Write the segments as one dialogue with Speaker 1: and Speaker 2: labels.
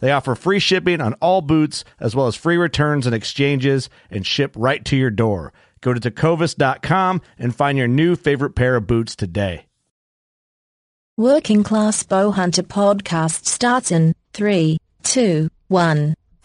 Speaker 1: They offer free shipping on all boots, as well as free returns and exchanges, and ship right to your door. Go to tecovas.com and find your new favorite pair of boots today.
Speaker 2: Working Class Bowhunter podcast starts in three, two, one.
Speaker 3: I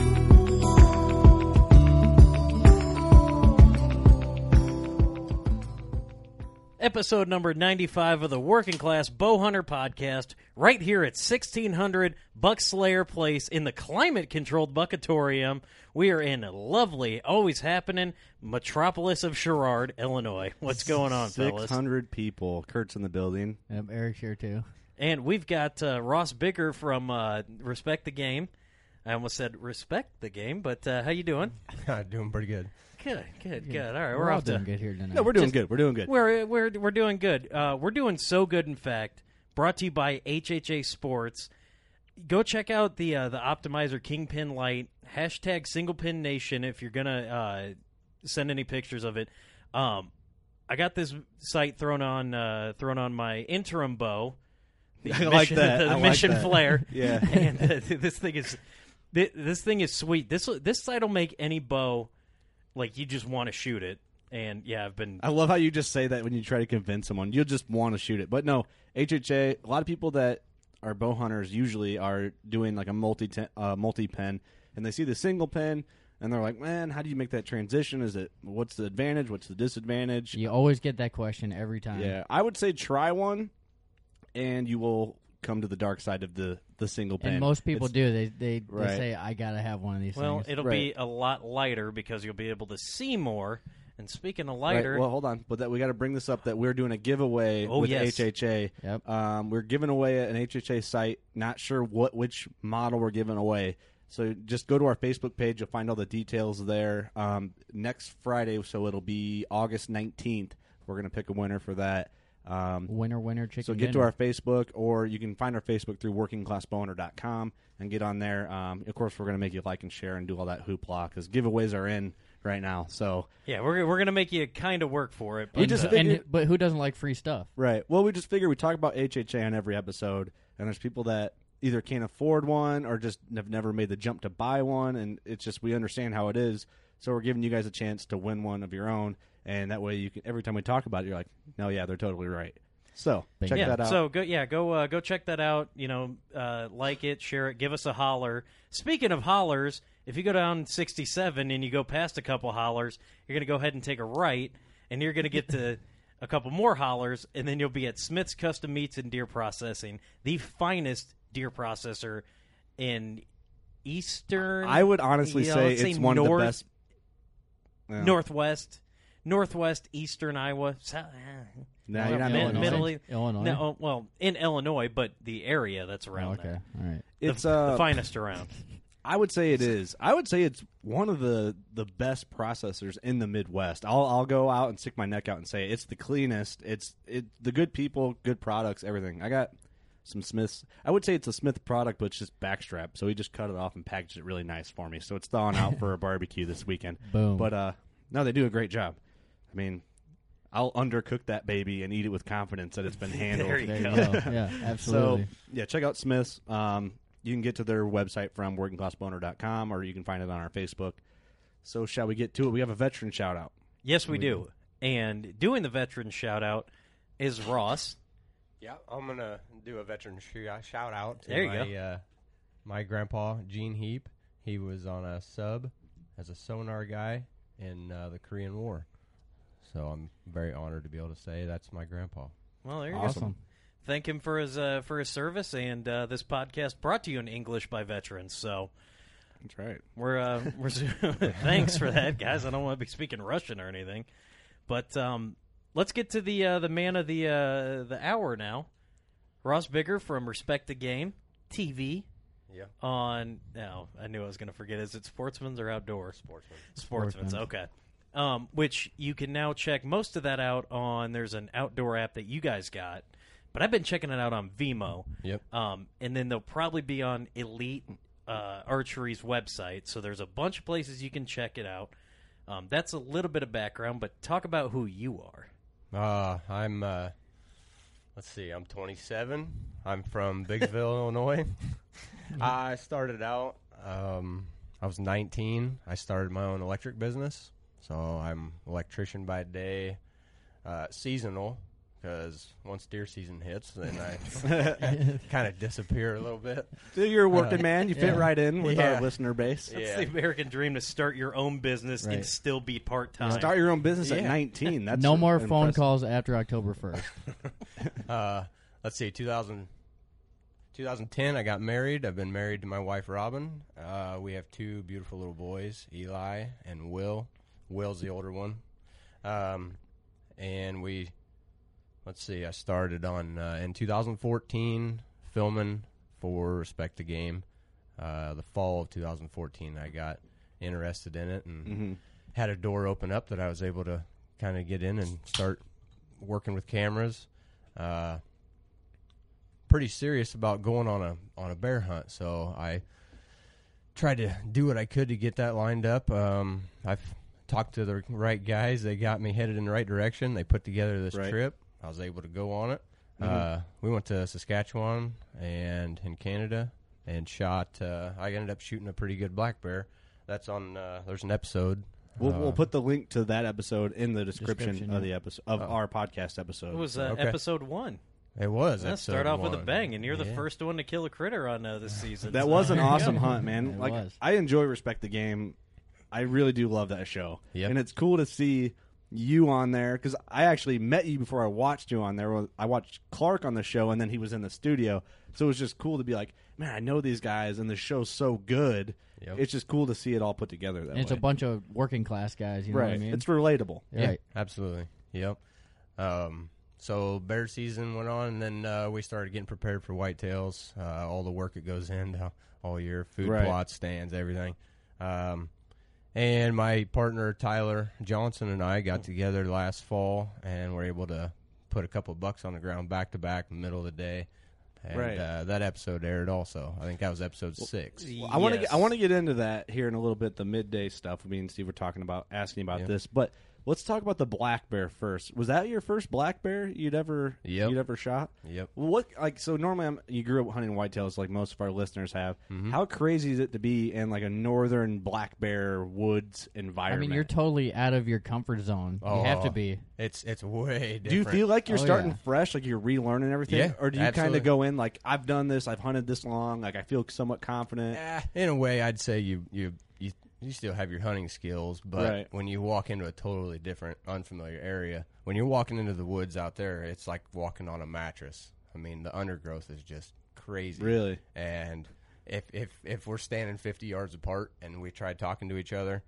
Speaker 4: Episode number 95 of the Working Class Bowhunter Podcast, right here at 1600 Buckslayer Place in the climate-controlled Buckatorium. We are in lovely, always happening metropolis of Sherrard, Illinois. What's going on, fellas?
Speaker 5: 600 people. Kurt's in the building.
Speaker 6: Um, Eric's here too.
Speaker 4: And we've got uh, Ross Bicker from uh, Respect the Game. I almost said respect the game, but uh, how you doing?
Speaker 7: doing pretty good.
Speaker 4: Good, good,
Speaker 6: Yeah.
Speaker 4: good. All right,
Speaker 6: We're,
Speaker 4: we're,
Speaker 6: all
Speaker 4: off to
Speaker 6: doing good here tonight.
Speaker 5: No, we're doing good. We're doing good.
Speaker 4: We're we're we're doing good. Uh, we're doing so good, in fact. Brought to you by HHA Sports. Go check out the uh, the Optimizer Kingpin Light hashtag Single Pin Nation if you're gonna uh, send any pictures of it. Um, I got this sight thrown on uh, thrown on my interim bow. The
Speaker 5: I like
Speaker 4: mission-
Speaker 5: that.
Speaker 4: The,
Speaker 5: I like
Speaker 4: mission
Speaker 5: that.
Speaker 4: flare.
Speaker 5: Yeah.
Speaker 4: and uh, this thing is thi- this thing is sweet. This this sight'll make any bow like you just want to shoot it. And yeah, I've been
Speaker 5: I love how you just say that when you try to convince someone. You'll just want to shoot it. But no, HHA, a lot of people that are bow hunters usually are doing like a multi uh, multi pen, and they see the single pen, and they're like, man, how do you make that transition? Is it what's the advantage? What's the disadvantage?
Speaker 6: You always get that question every time.
Speaker 5: Yeah, I would say try one, and you will come to the dark side of the the single pen.
Speaker 6: And most people
Speaker 5: It's-
Speaker 6: do. They they,
Speaker 5: Right.
Speaker 6: they say I gotta have one of these
Speaker 4: Well,
Speaker 6: things.
Speaker 4: it'll be a lot lighter because you'll be able to see more. And speaking of
Speaker 5: Right,
Speaker 4: lighter,
Speaker 5: well, hold on, but that we got to bring this up that we're doing a giveaway
Speaker 4: Oh,
Speaker 5: with
Speaker 4: yes.
Speaker 5: HHA.
Speaker 6: Yep.
Speaker 5: Um, we're giving away an HHA site. Not sure what which model we're giving away. So just go to our Facebook page. You'll find all the details there. Um, next Friday, so it'll be August nineteenth. We're gonna pick a winner for that. Um,
Speaker 6: winner winner chicken.
Speaker 5: So get to
Speaker 6: dinner.
Speaker 5: our Facebook, or you can find our Facebook through workingclassbowhunter.com and get on there. Um, of course, we're going to make you like and share and do all that hoopla because giveaways are in right now. So
Speaker 4: yeah, we're we're gonna make you kind of work for it. But
Speaker 5: We just
Speaker 4: uh,
Speaker 5: figured-
Speaker 6: and but who doesn't like free stuff?
Speaker 5: right, well, we just figure we talk about HHA on every episode, and there's people that either can't afford one or just have never made the jump to buy one, and it's just we understand how it is. So we're giving you guys a chance to win one of your own, and that way you can. Every time we talk about it, you're like, no, yeah, they're totally right. So
Speaker 6: Bing.
Speaker 5: check
Speaker 6: Yeah,
Speaker 5: that out.
Speaker 4: So go yeah, go uh, go check that out. You know, uh, like it, share it, give us a holler. Speaking of hollers, if you go down 67 and you go past a couple hollers, you're gonna go ahead and take a right, and you're gonna get to a couple more hollers, and then you'll be at Smith's Custom Meats and Deer Processing, the finest deer processor in Eastern.
Speaker 5: I would honestly
Speaker 4: yeah,
Speaker 5: say
Speaker 4: let's
Speaker 5: it's one of
Speaker 4: north-
Speaker 5: the best. Yeah.
Speaker 4: Northwest, Northwest, Eastern Iowa. South,
Speaker 5: No, you're not
Speaker 6: Illinois.
Speaker 5: Illinois.
Speaker 4: Middle East.
Speaker 6: Illinois.
Speaker 4: No, oh, well, in Illinois, but the area that's
Speaker 6: Oh,
Speaker 4: around
Speaker 6: okay.
Speaker 4: there.
Speaker 6: All right.
Speaker 4: The-
Speaker 5: It's
Speaker 4: the,
Speaker 5: uh,
Speaker 4: finest around.
Speaker 5: I would say it is. I would say it's one of the the best processors in the Midwest. I'll I'll go out and stick my neck out and say it's the cleanest. It's it the good people, good products, everything. I got some Smiths. I would say it's a Smith product, but it's just backstrap. So he just cut it off and packaged it really nice for me. So it's thawing out for a barbecue this weekend.
Speaker 6: Boom.
Speaker 5: But uh, no, they do a great job. I mean, I'll undercook that baby and eat it with confidence that it's been handled.
Speaker 4: There you
Speaker 6: There you go. Oh, Yeah, absolutely.
Speaker 5: So yeah, check out Smith's. Um, you can get to their website from workingclassboner.com or you can find it on our Facebook. So shall we get to it? We have a veteran shout out.
Speaker 4: Yes, we do. And doing the veteran shout out is Ross.
Speaker 3: Yeah, I'm gonna do a veteran sh- shout out to
Speaker 4: There you
Speaker 3: my
Speaker 4: go.
Speaker 3: Uh, my grandpa Gene Heap. He was on a sub as a sonar guy in uh, the Korean War, so I'm very honored to be able to say that's my grandpa.
Speaker 4: Well, there you go.
Speaker 6: awesome.
Speaker 4: Thank him for his uh, for his service and uh, this podcast brought to you in English by veterans. So
Speaker 5: That's right.
Speaker 4: we're uh, we're thanks for that, guys. I don't want to be speaking Russian or anything, but um, let's get to the uh, the man of the uh, the hour now, Ross Bigger from Respect the Game TV.
Speaker 3: Yeah.
Speaker 4: on no, I knew I was going to forget. Is it Sportsman's or Outdoor?
Speaker 3: Sportsman.
Speaker 4: Sportsman's.
Speaker 6: Sportsman's.
Speaker 4: Okay. Um, which you can now check most of that out on. There's an outdoor app that you guys got, but I've been checking it out on Vimo.
Speaker 3: Yep.
Speaker 4: Um, and then they'll probably be on Elite uh, Archery's website. So there's a bunch of places you can check it out. Um, that's a little bit of background, but talk about who you are.
Speaker 3: Uh, I'm. Uh, let's see. I'm 27. I'm from Bigsville, Illinois. I started out. Um, I was 19. I started my own electric business. So I'm electrician by day, uh, seasonal. Because once deer season hits, then I kind of disappear a little bit.
Speaker 5: So you're a working man. You fit
Speaker 6: yeah.
Speaker 5: right in with
Speaker 3: Yeah.
Speaker 5: our listener base.
Speaker 3: Yeah.
Speaker 4: It's the American dream to start your own business
Speaker 6: Right.
Speaker 4: and still be part time.
Speaker 5: Start your own business at
Speaker 3: Yeah.
Speaker 5: 19. That's
Speaker 6: no more phone
Speaker 5: impressive.
Speaker 6: calls after October 1st.
Speaker 3: Uh, let's see, 2000, 2010, I got married. I've been married to my wife, Robin. Uh, we have two beautiful little boys, Eli and Will. Will's the older one. Um, and we, let's see, I started on uh, in 2014 filming for Respect the Game. Uh, the fall of 2014, I got interested in it and had a door open up that I was able to kind of get in and start working with cameras. Uh, pretty serious about going on a on a bear hunt, so I tried to do what I could to get that lined up. Um, I've talked to the right guys; they got me headed in the right direction. They put together this
Speaker 5: Right.
Speaker 3: trip. I was able to go on it. Uh, we went to Saskatchewan and in Canada and shot. Uh, I ended up shooting a pretty good black bear. That's on. Uh, there's an episode.
Speaker 5: We'll, we'll
Speaker 3: uh,
Speaker 5: put the link to that episode in the description,
Speaker 6: Description,
Speaker 5: of
Speaker 6: yeah.
Speaker 5: the
Speaker 6: Oh.
Speaker 5: episode of our podcast episode.
Speaker 4: It was uh,
Speaker 3: Okay.
Speaker 4: episode one.
Speaker 3: It was.
Speaker 4: Yeah,
Speaker 3: episode
Speaker 4: start off with a
Speaker 3: one.
Speaker 4: bang, and you're the
Speaker 3: Yeah.
Speaker 4: first one to kill a critter on uh, this season.
Speaker 5: That
Speaker 4: So
Speaker 5: was an
Speaker 4: there you
Speaker 5: awesome
Speaker 4: go.
Speaker 5: hunt, man.
Speaker 6: It
Speaker 5: like
Speaker 6: was.
Speaker 5: I enjoy respect the game. I really do love that show,
Speaker 3: Yep.
Speaker 5: and it's cool to see you on there because I actually met you before I watched you on there. I watched Clark on the show, and then he was in the studio, so it was just cool to be like, man, I know these guys, and the show's so good.
Speaker 3: Yep.
Speaker 5: It's just cool to see it all put together. That
Speaker 6: And it's
Speaker 5: way.
Speaker 6: a bunch of working class guys. You know
Speaker 5: right?
Speaker 6: what I mean?
Speaker 5: It's relatable.
Speaker 6: You're right.
Speaker 3: Absolutely. Yep. Um, so bear season went on, and then uh, we started getting prepared for whitetails. Uh, all the work that goes in uh, all year, food
Speaker 5: Right.
Speaker 3: plots, stands, everything. Um, and my partner Tyler Johnson and I got together last fall, and were able to put a couple bucks on the ground back to back, middle of the day. And
Speaker 5: Right.
Speaker 3: uh, that episode aired also. I think that was episode six.
Speaker 5: Well, I want to
Speaker 4: Yes.
Speaker 5: I want to get into that here in a little bit. The midday stuff. Me and Steve were talking about asking about
Speaker 3: Yeah.
Speaker 5: this, but Let's talk about the black bear first. Was that your first black bear you'd ever
Speaker 3: Yep.
Speaker 5: you'd ever shot?
Speaker 3: Yep.
Speaker 5: What like so normally I'm, you grew up hunting whitetails like most of our listeners have.
Speaker 3: Mm-hmm.
Speaker 5: How crazy is it to be in like a northern black bear woods
Speaker 6: I
Speaker 5: environment?
Speaker 6: mean, you're totally out of your comfort zone. you have
Speaker 5: Oh.
Speaker 6: to be.
Speaker 3: Oh, It's it's way. Different.
Speaker 5: do you feel like you're
Speaker 6: Oh,
Speaker 5: starting
Speaker 6: yeah.
Speaker 5: fresh, like you're relearning everything,
Speaker 3: Yeah,
Speaker 5: or do you kind
Speaker 3: absolutely.
Speaker 5: of go in like I've done this, I've hunted this long, like I feel somewhat confident?
Speaker 3: Eh, in a way, I'd say you you you you still have your hunting skills, but
Speaker 5: Right.
Speaker 3: when you walk into a totally different, unfamiliar area, when you're walking into the woods out there, it's like walking on a mattress. I mean, the undergrowth is just crazy.
Speaker 5: Really?
Speaker 3: And if if if we're standing 50 yards apart and we try talking to each other.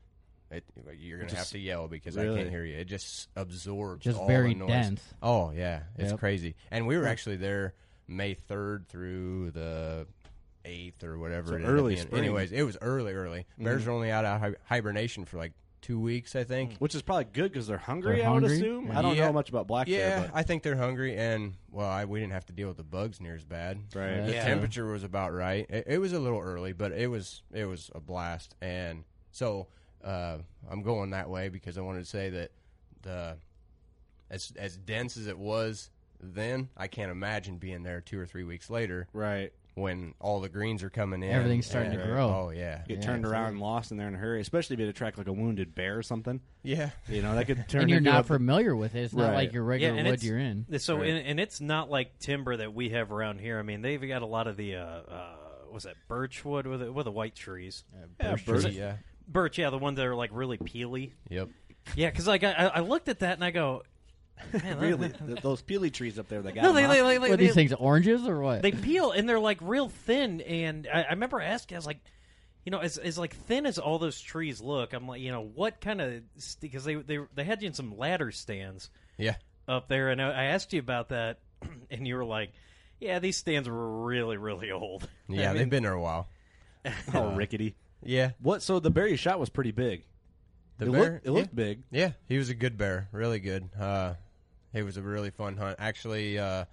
Speaker 3: It, you're gonna have to yell because I
Speaker 5: really?
Speaker 3: can't hear you. It just absorbs
Speaker 6: Just
Speaker 3: all
Speaker 6: very
Speaker 3: the noise.
Speaker 6: dense.
Speaker 3: Oh yeah, it's
Speaker 6: Yep.
Speaker 3: crazy. And we were actually there May third through the eighth or whatever.
Speaker 5: So
Speaker 3: it ended up
Speaker 5: early
Speaker 3: being.
Speaker 5: spring. Mm-hmm.
Speaker 3: Anyways, it was early, early. Bears are only out of hi- hibernation for like two weeks, I think.
Speaker 5: Which is probably good because they're hungry.
Speaker 6: They're
Speaker 5: I would
Speaker 6: hungry?
Speaker 5: assume.
Speaker 6: Yeah.
Speaker 5: I don't
Speaker 3: Yeah.
Speaker 5: know much about black
Speaker 3: yeah,
Speaker 5: bear, but
Speaker 3: I think they're hungry, and well, I, we didn't have to deal with the bugs near as bad.
Speaker 5: Right.
Speaker 3: The
Speaker 6: Yeah.
Speaker 3: temperature was about right. It, it was a little early, but it was it was a blast. And so uh, I'm going that way because I wanted to say that the as as dense as it was then, I can't imagine being there two or three weeks later
Speaker 5: right.
Speaker 3: when all the greens are coming in.
Speaker 6: Everything's starting to
Speaker 3: and-
Speaker 6: grow.
Speaker 3: Oh yeah,
Speaker 5: get
Speaker 6: Yeah,
Speaker 5: turned around
Speaker 6: absolutely.
Speaker 5: and lost in there in a hurry, especially if you had to track like a wounded bear or something.
Speaker 3: yeah.
Speaker 5: You know, that could turn
Speaker 6: And you're
Speaker 5: into
Speaker 6: not
Speaker 5: a,
Speaker 6: familiar with it. It's not
Speaker 5: Right.
Speaker 6: like your regular
Speaker 4: and
Speaker 6: wood
Speaker 4: it's-
Speaker 6: you're in.
Speaker 4: So
Speaker 5: Right.
Speaker 4: and, and it's not like timber that we have around here. I mean, they've got a lot of the uh, uh was that birch wood with the, what are the white trees?
Speaker 5: yeah,
Speaker 3: Pretty,
Speaker 5: bird-
Speaker 3: yeah.
Speaker 4: Birch, yeah, the ones that are like really peely.
Speaker 3: Yep.
Speaker 4: Yeah, because like I, I I looked at that and I go, man, that-
Speaker 5: really th- those peely trees up there that got
Speaker 4: no,
Speaker 5: them,
Speaker 4: they,
Speaker 5: huh?
Speaker 4: they, like- like-
Speaker 6: What are
Speaker 4: they-
Speaker 6: these things? Oranges or what?
Speaker 4: they peel and they're like real thin. And I, I remember asking, I was like, you know, as, as like thin as all those trees look, I'm like, you know, what kind of because they they they had you in some ladder stands
Speaker 3: Yeah.
Speaker 4: up there, and I, I asked you about that, and you were like, yeah, these stands were really really old.
Speaker 3: Yeah, they've been there a while.
Speaker 5: oh rickety.
Speaker 3: Yeah.
Speaker 5: What? So the bear you shot was pretty big.
Speaker 3: The
Speaker 5: it
Speaker 3: bear,
Speaker 5: looked, it looked big.
Speaker 3: yeah. yeah, he was a good bear, really good. Uh, it was a really fun hunt. Actually, uh,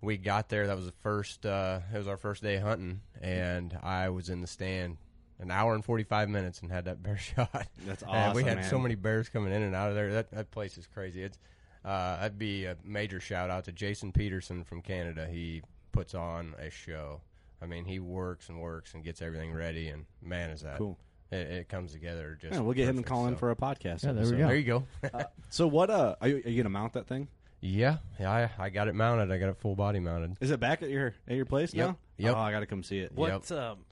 Speaker 3: we got there. That was the first. Uh, it was our first day hunting, and I was in the stand an hour and forty five minutes and had that bear shot.
Speaker 5: That's
Speaker 3: And we
Speaker 5: awesome,
Speaker 3: had so
Speaker 5: man.
Speaker 3: many bears coming in and out of there. That that place is crazy. It's uh, that'd be a major shout out to Jason Peterson from Canada. He puts on a show. I mean, he works and works and gets everything ready, and man, is that
Speaker 5: Cool.
Speaker 3: It, it comes together just.
Speaker 5: Yeah, we'll get him to
Speaker 3: perfect,
Speaker 5: call in
Speaker 3: so.
Speaker 5: for a podcast.
Speaker 6: Yeah, there we
Speaker 5: episode.
Speaker 6: go.
Speaker 3: There you go.
Speaker 5: So what? Uh, are you, are you gonna mount that thing?
Speaker 3: yeah, yeah, I, I got it mounted. I got it full body mounted.
Speaker 5: Is it back at your at your place
Speaker 3: Yep.
Speaker 5: now?
Speaker 3: Yep.
Speaker 5: Oh, I gotta come see it.
Speaker 4: What um,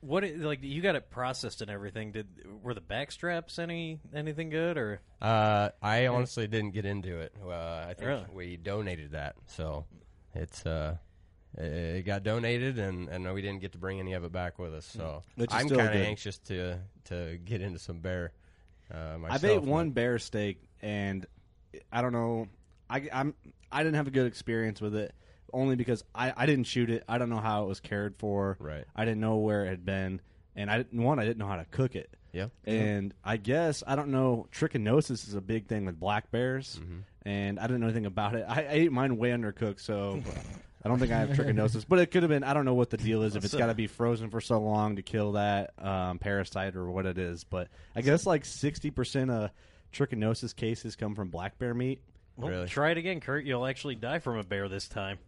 Speaker 4: what it- like you got it processed and everything? Did were the back straps any anything good or?
Speaker 3: Uh, I honestly didn't get into it. Uh, I think
Speaker 4: Really?
Speaker 3: we donated that, so it's uh, it- it got donated, and and we didn't get to bring any of it back with us. So
Speaker 5: Mm. Which is
Speaker 3: I'm
Speaker 5: still
Speaker 3: kind of
Speaker 5: good.
Speaker 3: anxious to to get into some bear. Uh,
Speaker 5: I've
Speaker 3: myself,
Speaker 5: ate one bear steak, and I don't know. I I'm I didn't have a good experience with it, only because I I didn't shoot it. I don't know how it was cared for.
Speaker 3: Right.
Speaker 5: I didn't know where it had been, and I didn't one. I didn't know how to cook it.
Speaker 3: Yeah.
Speaker 5: And I guess I don't know. Trichinosis is a big thing with black bears, and I didn't know anything about it. I, I ate mine way undercooked, so. I don't think I have trichinosis, but it could have been. I don't know what the deal is if it's got to be frozen for so long to kill that um, parasite or what it is. But I guess like sixty percent of trichinosis cases come from black bear meat.
Speaker 4: Well,
Speaker 3: Really?
Speaker 4: try it again, Kurt. You'll actually die from a bear this time.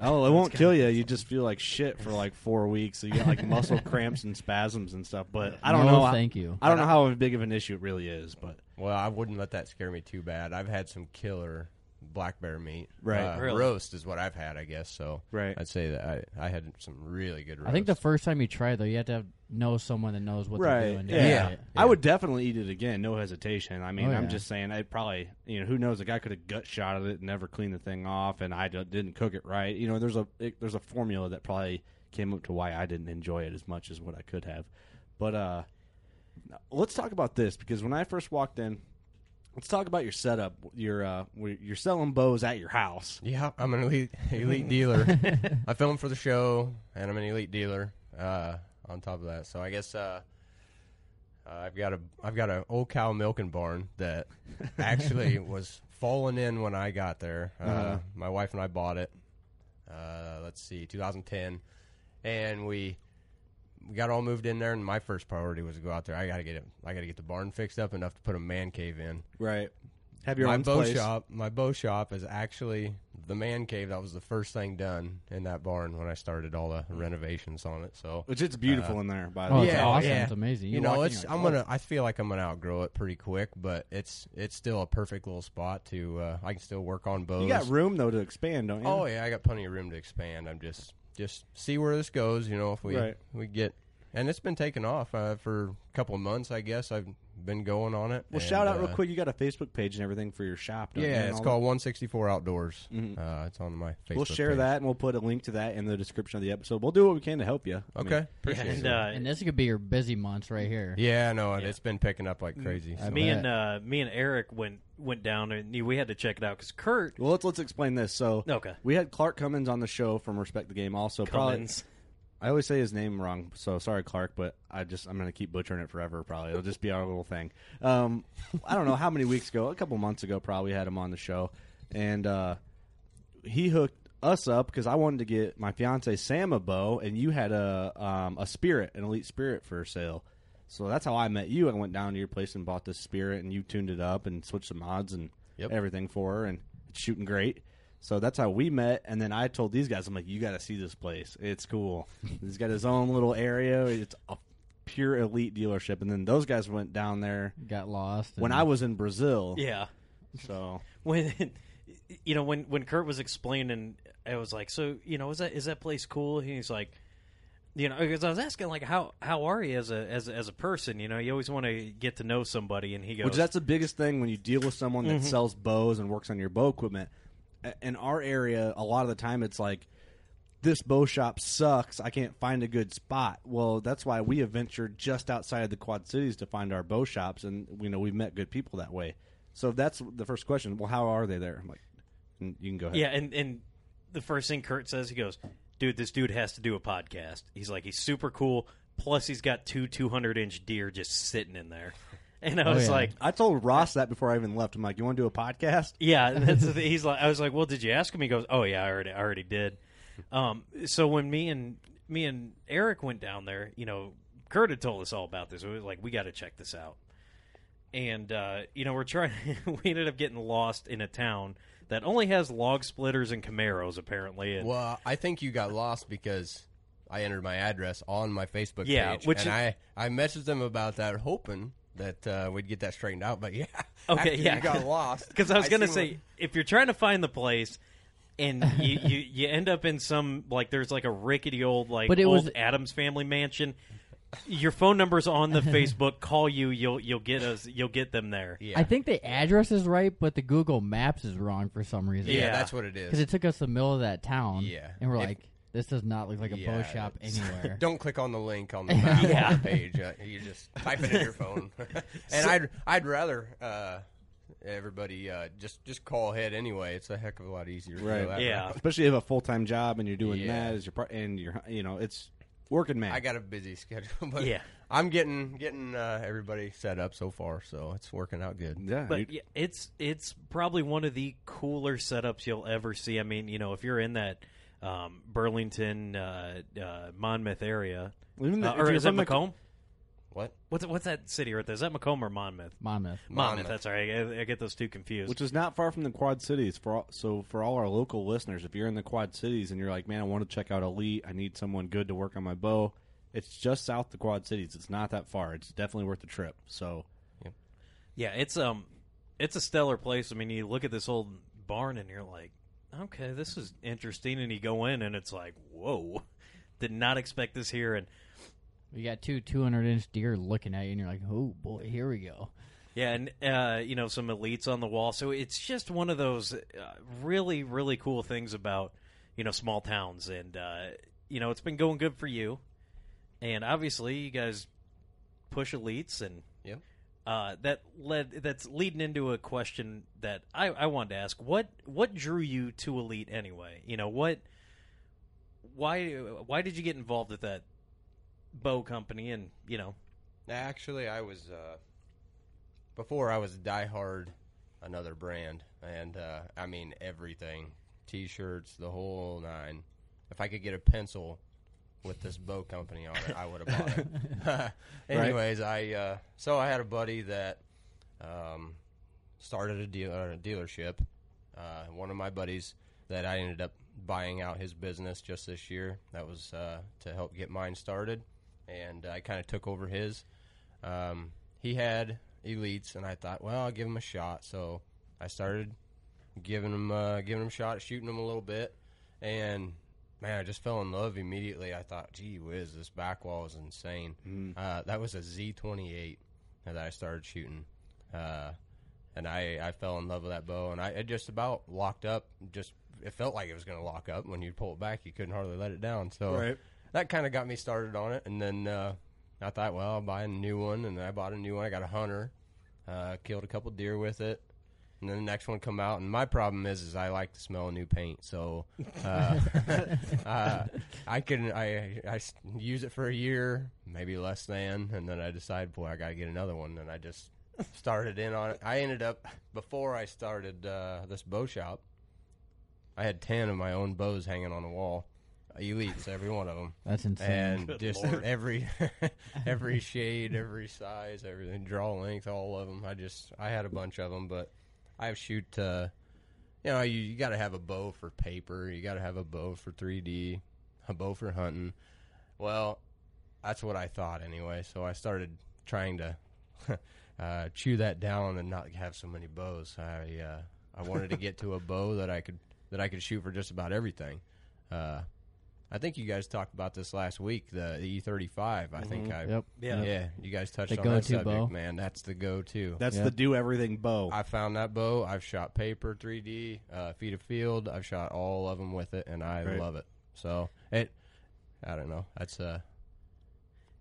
Speaker 5: Oh, it won't kill you. You just feel like shit for like four weeks. So you get like muscle cramps and spasms and stuff. But I don't
Speaker 6: No,
Speaker 5: know.
Speaker 6: thank you.
Speaker 5: I don't know how big of an issue it really is, but
Speaker 3: Well, I wouldn't let that scare me too bad. I've had some killer black bear meat.
Speaker 5: Right.
Speaker 3: Uh,
Speaker 4: Really?
Speaker 3: Roast is what I've had, I guess. So
Speaker 5: Right.
Speaker 3: I'd say that I I had some really good. Roast.
Speaker 6: I think the first time you try it, though, you have to have, know someone that knows what they're doing. to
Speaker 5: Yeah.
Speaker 6: try it.
Speaker 5: I would definitely eat it again, no hesitation. I mean,
Speaker 6: Oh,
Speaker 5: I'm
Speaker 6: yeah.
Speaker 5: just saying, I probably, you know, who knows? The guy could have gut shot at it, and never cleaned the thing off, and I d- didn't cook it right. You know, there's a it, there's a formula that probably came up to why I didn't enjoy it as much as what I could have. But uh let's talk about this because when I first walked in, let's talk about your setup. Your uh, where you're selling bows at your house.
Speaker 3: Yeah, I'm an elite, elite dealer. I film for the show, and I'm an elite dealer. Uh, on top of that, so I guess uh, uh, I've got a I've got a old cow milking barn that actually was falling in when I got there. Uh, My wife and I bought it. Uh, let's see, 2010, and we we got all moved in there. And my first priority was to go out there. I got to get it. I got to get the barn fixed up enough to put a man cave in.
Speaker 5: Right. Have your
Speaker 3: my
Speaker 5: own
Speaker 3: bow
Speaker 5: place.
Speaker 3: shop. My bow shop is actually the man cave. That was the first thing done in that barn when I started all the renovations on it. So
Speaker 5: Which it's beautiful in there, by the
Speaker 6: Oh,
Speaker 5: way.
Speaker 6: it's awesome. It's amazing.
Speaker 3: You,
Speaker 6: You walk
Speaker 3: know,
Speaker 6: in,
Speaker 3: it's
Speaker 6: you're like,
Speaker 3: I'm gonna. I feel like I'm gonna outgrow it pretty quick, but it's it's still a perfect little spot to. Uh, I can still work on bows.
Speaker 5: You got room though to expand, don't you?
Speaker 3: Oh yeah, I got plenty of room to expand. I'm just just see where this goes. You know, if we
Speaker 5: Right.
Speaker 3: we get and it's been taking off uh, for a couple of months. I guess I've been going on it.
Speaker 5: Well,
Speaker 3: and,
Speaker 5: shout out real
Speaker 3: uh,
Speaker 5: quick. You got a Facebook page and everything for your shop. Don't you,
Speaker 3: Yeah,
Speaker 5: and
Speaker 3: it's
Speaker 5: all
Speaker 3: called 164 Outdoors.
Speaker 5: Mhm.
Speaker 4: Mm-hmm.
Speaker 3: Uh, it's on my Facebook.
Speaker 5: that? We'll share
Speaker 3: page.
Speaker 5: that and we'll put a link to that in the description of the episode. We'll do what we can to help you. I mean,
Speaker 3: Okay, appreciate
Speaker 4: and
Speaker 3: it.
Speaker 4: uh,
Speaker 6: And this could be your busy months right here.
Speaker 3: yeah, no, it's been picking up like crazy.
Speaker 5: Mm-hmm.
Speaker 6: I
Speaker 3: so-
Speaker 4: me
Speaker 6: bet.
Speaker 4: and uh, me and Eric went went down and we had to check it out because Kurt.
Speaker 5: well, let's let's explain this. So
Speaker 4: Okay.
Speaker 5: we had Clark Cummins on the show from Respect the Game. Also, probably
Speaker 4: Cummins.
Speaker 5: I always say his name wrong, so sorry, Clark. But I just I'm gonna keep butchering it forever. Probably it'll just be our little thing. Um, I don't know how many weeks ago, a couple months ago, probably had him on the show, and uh, he hooked us up because I wanted to get my fiance Sam a bow, and you had a um, a spirit, an elite spirit for sale. So that's how I met you. I went down to your place and bought this spirit, and you tuned it up and switched the mods and
Speaker 3: Yep.
Speaker 5: everything for her, and it's shooting great. So that's how we met, and then I told these guys, I'm like, you got to see this place. It's cool. He's got his own little area. It's a pure elite dealership, and then those guys went down there
Speaker 6: Got lost.
Speaker 5: when
Speaker 6: and-
Speaker 5: I was in Brazil.
Speaker 4: Yeah.
Speaker 5: So
Speaker 4: when you know when when Kurt was explaining, I was like, so you know, is that is that place cool? And he's like, you know, because I was asking like how how are you as a as a- as a person? You know, you always want to get to know somebody, and he goes,
Speaker 5: Which that's the biggest thing when you deal with someone
Speaker 4: Mm-hmm.
Speaker 5: that sells bows and works on your bow equipment. A- In our area, a lot of the time it's like this bow shop sucks. I can't find a good spot. Well, that's why we have ventured just outside of the Quad Cities to find our bow shops, and you know we've met good people that way. So that's the first question. Well, how are they there? I'm like, "Mm, you can go ahead.
Speaker 4: yeah, and and the first thing Kurt says, he goes, dude, this dude has to do a podcast. He's like, he's super cool. Plus, he's got two two hundred inch deer just sitting in there, and I
Speaker 6: Oh,
Speaker 4: was
Speaker 6: yeah.
Speaker 4: like.
Speaker 5: I told Ross that before I even left. I'm like, you want to do a podcast?
Speaker 4: Yeah, that's the thing. he's like. I was like, "Well, did you ask him?" He goes, "Oh yeah, I already, I already did." Um, so when me and me and Eric went down there, you know, Kurt had told us all about this. We was like, "We got to check this out," and uh, you know, we're trying. we ended up getting lost in a town that only has log splitters and Camaros, apparently. And,
Speaker 3: Well, I think you got lost because I entered my address on my Facebook
Speaker 4: Yeah,
Speaker 3: page,
Speaker 4: which
Speaker 3: and
Speaker 4: is-
Speaker 3: I I messaged them about that, hoping that uh, we'd get that straightened out. But yeah,
Speaker 4: Okay,
Speaker 3: after
Speaker 4: yeah.
Speaker 3: you got lost
Speaker 4: Because I was gonna
Speaker 3: see
Speaker 4: say,
Speaker 3: what-
Speaker 4: if you're trying to find the place. And you, you, you end up in some like there's like a rickety old like
Speaker 6: But it
Speaker 4: old
Speaker 6: was-
Speaker 4: Adams family mansion. Your phone number's on the Facebook. Call you. You'll you'll get us. You'll get them there.
Speaker 3: yeah,
Speaker 6: I think the address is right, but the Google Maps is wrong for some reason.
Speaker 3: yeah,
Speaker 4: yeah.
Speaker 3: that's what it
Speaker 6: Because
Speaker 3: is.
Speaker 6: it took us the middle of that town.
Speaker 3: Yeah.
Speaker 6: And we're
Speaker 3: If-
Speaker 6: like, this does not look like a bow
Speaker 3: Yeah,
Speaker 6: shop
Speaker 3: it's-
Speaker 6: anywhere.
Speaker 3: Don't click on the link on the map
Speaker 4: Yeah.
Speaker 3: on the page. Uh, you just type it in your phone. and I'd I'd rather uh, everybody uh, just just call ahead anyway. It's a heck of a lot easier. to go
Speaker 5: Right.
Speaker 3: that
Speaker 4: Yeah.
Speaker 3: route.
Speaker 5: Especially if you have a full time job and you're doing
Speaker 3: Yeah.
Speaker 5: that as your part, and you're you know it's working man.
Speaker 3: I got a busy schedule, but
Speaker 4: Yeah.
Speaker 3: I'm getting getting uh, everybody set up so far, so it's working out good.
Speaker 5: yeah, you-
Speaker 4: But yeah, it's it's probably one of the cooler setups you'll ever see. I mean, you know, if you're in that um, Burlington, uh, uh, Monmouth area,
Speaker 5: Even the-
Speaker 4: Uh,
Speaker 5: if
Speaker 4: or
Speaker 5: you're
Speaker 4: is that
Speaker 5: from the-
Speaker 4: Macomb?
Speaker 3: What?
Speaker 4: What's what's that city right there? Is that Macomb or Monmouth?
Speaker 6: Monmouth.
Speaker 4: Monmouth.
Speaker 3: Monmouth.
Speaker 4: That's all right. I, I get those two confused.
Speaker 5: which is not far from the Quad Cities. For all, so for all our local listeners, if you're in the Quad Cities and you're like, man, I want to check out Elite, I need someone good to work on my bow. It's just south the Quad Cities. It's not that far. It's definitely worth the trip. So
Speaker 4: Yeah, it's um, it's a stellar place. I mean, you look at this old barn and you're like, okay, this is interesting. And you go in and it's like, whoa, did not expect this here. And
Speaker 6: You got two 200 inch deer looking at you, and you're like, oh boy, here we go.
Speaker 4: yeah, and uh, you know, some elites on the wall. So it's just one of those uh, really, really cool things about you know small towns. And uh, you know, it's been going good for you. And obviously, you guys push elites and
Speaker 3: Yep.
Speaker 4: uh, that led that's leading into a question that I, I wanted to ask what what drew you to elite anyway you know what why why did you get involved with that bow company and you know
Speaker 3: Actually, I was uh, before I was diehard another brand, and uh, I mean everything, t-shirts, the whole nine. If I could get a pencil with this bow company on it, I would have bought it. Anyways, I uh, so I had a buddy that um, started a, deal, or a dealership. Uh, one of my buddies that I ended up buying out his business just this year. That was uh, to help get mine started, and I kind of took over his. Um, he had elites, and I thought, well, I'll give him a shot. So I started giving him uh, giving him a shot, shooting him a little bit, and man, I just fell in love immediately. I thought, gee whiz, this back wall is insane. Uh, that was a Z28 that I started shooting, uh, and I I fell in love with that bow, and I it just about locked up. Just it felt like it was going to lock up when you pull it back. You couldn't hardly let it down. So
Speaker 5: Right.
Speaker 3: that kind of got me started on it, and then. Uh, I thought, well, I'll buy a new one, and I bought a new one. I got a hunter, uh, killed a couple deer with it, and then the next one come out. And my problem is, is I like to smell new paint, so uh, uh, I couldn't. I, I s- use it for a year, maybe less than, and then I decide, boy, I got to get another one. And I just started in on it. I ended up before I started uh, this bow shop. I had ten of my own bows hanging on the wall, elites, every one of them
Speaker 6: That's insane.
Speaker 3: and just every every shade, every size, everything, draw length, all of them. I just I had a bunch of them, but I shoot. Uh, you know, you, you got to have a bow for paper. You got to have a bow for 3D, a bow for hunting. Well, that's what I thought anyway. So I started trying to uh, chew that down and not have so many bows. I uh, I wanted to get to a bow that I could that I could shoot for just about everything. Uh, I think you guys talked about this last week, the E35. I think I
Speaker 6: Mm-hmm. Yep.
Speaker 3: yeah. you guys touched
Speaker 6: The
Speaker 3: on that
Speaker 6: go-to
Speaker 3: subject,
Speaker 6: bow.
Speaker 3: man. That's the go-to.
Speaker 5: That's
Speaker 6: Yeah.
Speaker 5: the do everything bow.
Speaker 3: I found that bow. I've shot paper, 3D, uh, feet of field. I've shot all of them with it, and I
Speaker 5: Right.
Speaker 3: love it. So it, I don't know. That's uh,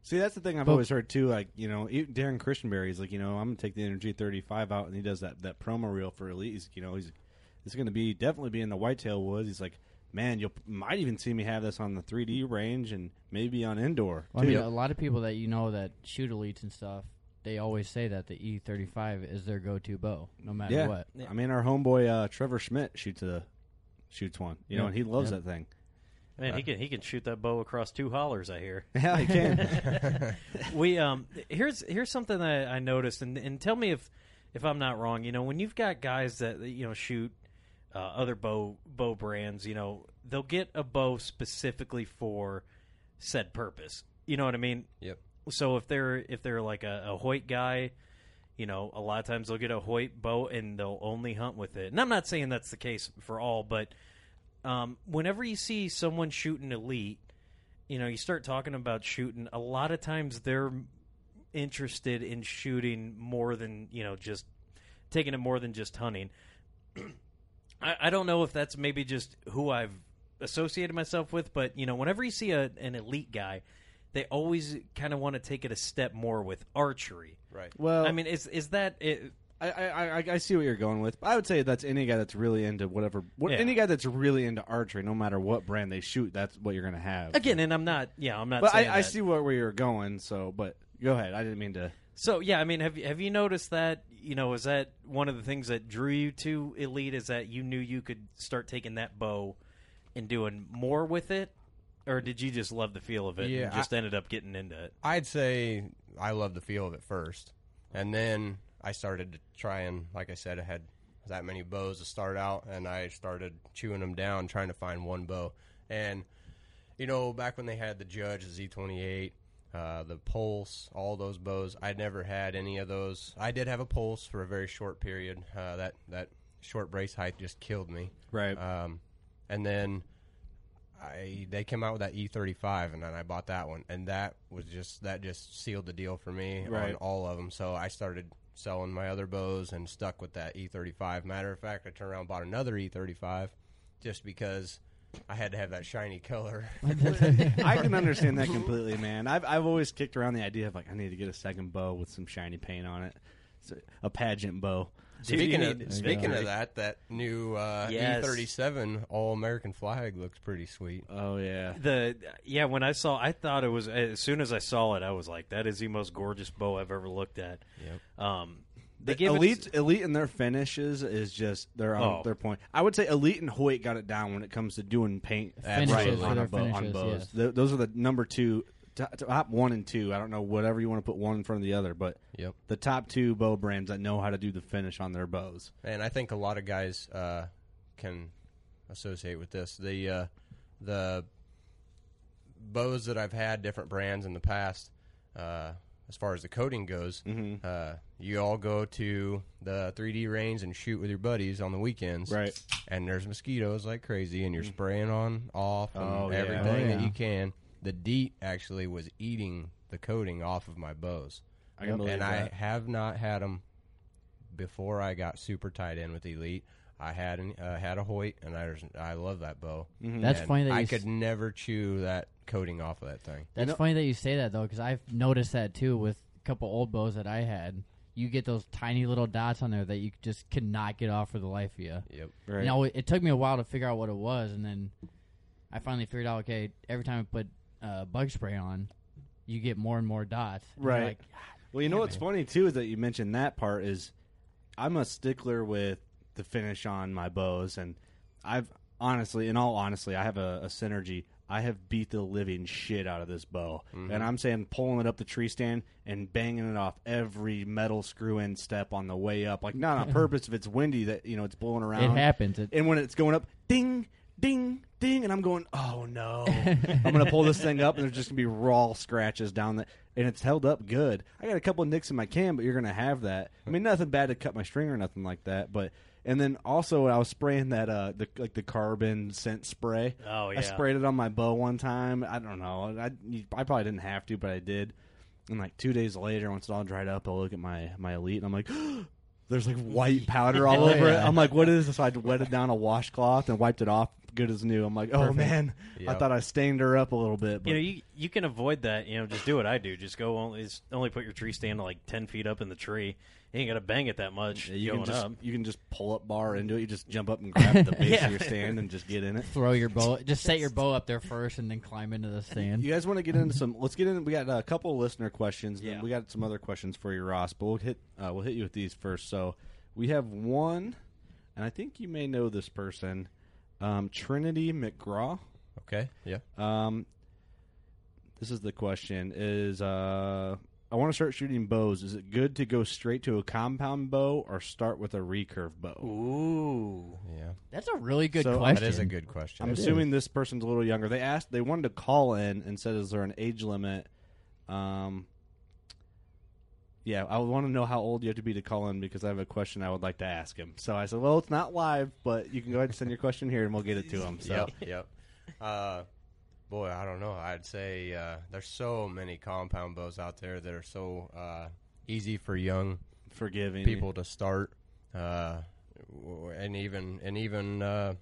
Speaker 5: See, that's the thing I've
Speaker 6: Well-
Speaker 5: always heard too. Like you know, even Darren Christianberry is like, you know, I'm gonna take the Energy 35 out, and he does that that promo reel for Elite. He's, you know, he's it's gonna be definitely be in the whitetail woods. He's like, man, you might even see me have this on the 3D range and maybe on indoor.
Speaker 6: Well, I mean, uh,
Speaker 5: too.
Speaker 6: a lot of people that you know that shoot elites and stuff, they always say that the E35 is their go-to bow, no matter
Speaker 5: yeah.
Speaker 6: what.
Speaker 5: I mean, our homeboy uh, Trevor Schmidt shoots a shoots one. You know,
Speaker 6: Yeah.
Speaker 5: and he loves
Speaker 6: Yeah.
Speaker 5: that thing.
Speaker 4: Man, he can he can shoot that bow across two hollers. I hear.
Speaker 5: Yeah, he can.
Speaker 4: we um here's here's something that I noticed, and and tell me if if I'm not wrong. You know, when you've got guys that you know shoot uh, other bow bow brands, you know they'll get a bow specifically for said purpose. You know what I mean?
Speaker 3: yep.
Speaker 4: So if they're if they're like a, a Hoyt guy, you know, a lot of times they'll get a Hoyt bow and they'll only hunt with it. And I'm not saying that's the case for all, but um, whenever you see someone shooting elite, you know, you start talking about shooting. A lot of times they're interested in shooting more than you know just taking it more than just hunting. I, I don't know if that's maybe just who I've associated myself with, but you know, whenever you see a, an elite guy, they always kind of want to take it a step more with archery.
Speaker 3: Right.
Speaker 5: well,
Speaker 4: I mean, is is that it,
Speaker 5: I, I, I I see what you're going with. But I would say that's any guy that's really into whatever. What,
Speaker 4: Yeah.
Speaker 5: Any guy that's really into archery, no matter what brand they shoot, that's what you're going to have.
Speaker 4: again? And I'm not. Yeah, I'm not.
Speaker 5: but
Speaker 4: saying
Speaker 5: I, I
Speaker 4: that.
Speaker 5: see where, where you're going. So, but go ahead. I didn't mean to.
Speaker 4: So yeah, I mean, have you- have you noticed that? You know, is that one of the things that drew you to Elite? Is that you knew you could start taking that bow and doing more with it, or did you just love the feel of it
Speaker 3: Yeah,
Speaker 4: and just ended up getting into it?
Speaker 3: I'd say I loved the feel of it first, and then I started to try and, like I said, I had that many bows to start out, and I started chewing them down, trying to find one bow. And you know, back when they had the Judge, the Z28, uh, the Pulse, all those bows, I never had any of those. I did have a Pulse for a very short period. Uh, that that short brace height just killed me.
Speaker 5: Right.
Speaker 3: Um, and then I they came out with that E35, and then I bought that one, and that was just that just sealed the deal for me on
Speaker 5: Right.
Speaker 3: all of them. So I started selling my other bows and stuck with that E35. Matter of fact, I turned around and bought another E35 just because I had to have that shiny color.
Speaker 5: I can understand that completely, man. I've I've always kicked around the idea of like I need to get a second bow with some shiny paint on it, so, a pageant bow.
Speaker 3: speaking
Speaker 4: you
Speaker 3: of
Speaker 4: need-
Speaker 3: speaking
Speaker 4: Yeah.
Speaker 3: of that, that new uh,
Speaker 4: Yes.
Speaker 3: E37 All American flag looks pretty sweet.
Speaker 5: Oh yeah,
Speaker 4: The yeah, when I saw, I thought it was as soon as I saw it, I was like, that is the most gorgeous bow I've ever looked at. Yep. Um, they gave it-
Speaker 5: elite elite in their finishes is just they're on
Speaker 4: Oh.
Speaker 5: their point. I would say elite and Hoyt got it down when it comes to doing paint uh,
Speaker 6: Finishes
Speaker 5: on,
Speaker 6: for
Speaker 5: a
Speaker 6: their
Speaker 5: bow, on
Speaker 6: finishes,
Speaker 5: bows.
Speaker 6: yes.
Speaker 5: Th- those are the number two to- top one and two. I don't know whatever you want to put one in front of the other, but
Speaker 3: Yep.
Speaker 5: the top two bow brands that know how to do the finish on their bows.
Speaker 3: And I think a lot of guys uh, can associate with this. The uh, the bows that I've had, different brands in the past, uh, as far as the coating goes,
Speaker 5: Mm-hmm.
Speaker 3: uh, you all go to the 3D range and shoot with your buddies on the weekends,
Speaker 5: Right. Mm.
Speaker 3: And there's mosquitoes like crazy, and you're spraying on off and
Speaker 5: Oh, yeah.
Speaker 3: everything
Speaker 6: Oh, yeah.
Speaker 3: that you can. The DEET actually was eating the coating off of my bows
Speaker 5: I can believe
Speaker 3: and
Speaker 5: that.
Speaker 3: I have not had them before I got super tied in with Elite. I had an, uh, had a Hoyt, and I was- I love that bow.
Speaker 6: That's
Speaker 3: And
Speaker 6: funny that
Speaker 3: I
Speaker 6: you s-
Speaker 3: could never chew that coating off of that thing.
Speaker 6: That's funny that you say that though, because I've noticed that too with a couple old bows that I had. You get those tiny little dots on there that you just cannot get off for the life of you.
Speaker 3: Yep.
Speaker 5: Right.
Speaker 6: You know, it took me a while to figure out what it was, and then I finally figured out. Okay, every time I put uh, bug spray on, you get more and more dots. And you're
Speaker 5: Right.
Speaker 6: like,
Speaker 5: Well, you know what's funny too is that you mentioned that part is I'm a stickler with the finish on my bows, and I've honestly, in all honesty, I have a, a synergy. I have beat the living shit out of this bow,
Speaker 3: Mm-hmm.
Speaker 5: and I'm saying pulling it up the tree stand and banging it off every metal screw in step on the way up, like not on purpose. if it's windy, that you know it's blowing around,
Speaker 6: happens. It-
Speaker 5: and when it's going up, ding. Ding, ding, and I'm going. Oh no! I'm gonna pull this thing up, and there's just gonna be raw scratches down the, and it's held up good. I got a couple of nicks in my can, but you're gonna have that. I mean, nothing bad to cut my string or nothing like that, but. And then also, I was spraying that uh, the like the carbon scent spray.
Speaker 8: Oh,
Speaker 5: I
Speaker 8: yeah.
Speaker 5: sprayed it on my bow one time. I don't know. I you- I probably didn't have to, but I did. And like two days later, once it all dried up, I look at my my elite, and I'm like. oh, There's like white powder all over it. I'm like, what is this? So I wetted down a washcloth and wiped it off, good as new. I'm like, oh man, I
Speaker 3: Yep.
Speaker 5: thought I stained her up a little bit. But
Speaker 4: You know, you, you can avoid that. You know, just do what I do. Just go only just only put your tree stand like ten feet up in the tree. You ain't got to bang it that much
Speaker 5: Yeah, you
Speaker 4: going
Speaker 5: can just
Speaker 4: up.
Speaker 5: you can just pull up bar into it. You just jump up and grab the base
Speaker 4: Yeah.
Speaker 5: of your stand and just get in it.
Speaker 6: throw your bow. Just set your bow up there first, and then climb into the stand.
Speaker 5: You guys want to get into some? Let's get in. We got a couple listener questions. and
Speaker 4: Yeah.
Speaker 5: Then we got some other questions for you, Ross. But we'll hit uh, we'll hit you with these first. So we have one, and I think you may know this person, um, Trinity McGraw.
Speaker 3: Okay. Yeah.
Speaker 5: Um, this is the question: Is uh, I want to start shooting bows. Is it good to go straight to a compound bow or start with a recurve bow?
Speaker 4: Ooh,
Speaker 3: Yeah.
Speaker 6: That's a really good
Speaker 5: So-
Speaker 6: question.
Speaker 3: That is a good question.
Speaker 5: I'm assuming this person's a little younger. They asked, they wanted to call in and said, "Is there an age limit?" Um, yeah, I want to know how old you have to be to call in because I have a question I would like to ask him. So I said, "Well, it's not live, but you can go ahead and send your question here, and we'll get it to him." So
Speaker 3: Yep. Yep. Uh, boy, I don't know. I'd say uh, there's so many compound bows out there that are so uh, easy for young
Speaker 5: forgiving
Speaker 3: people to start, uh, w- and even and even uh,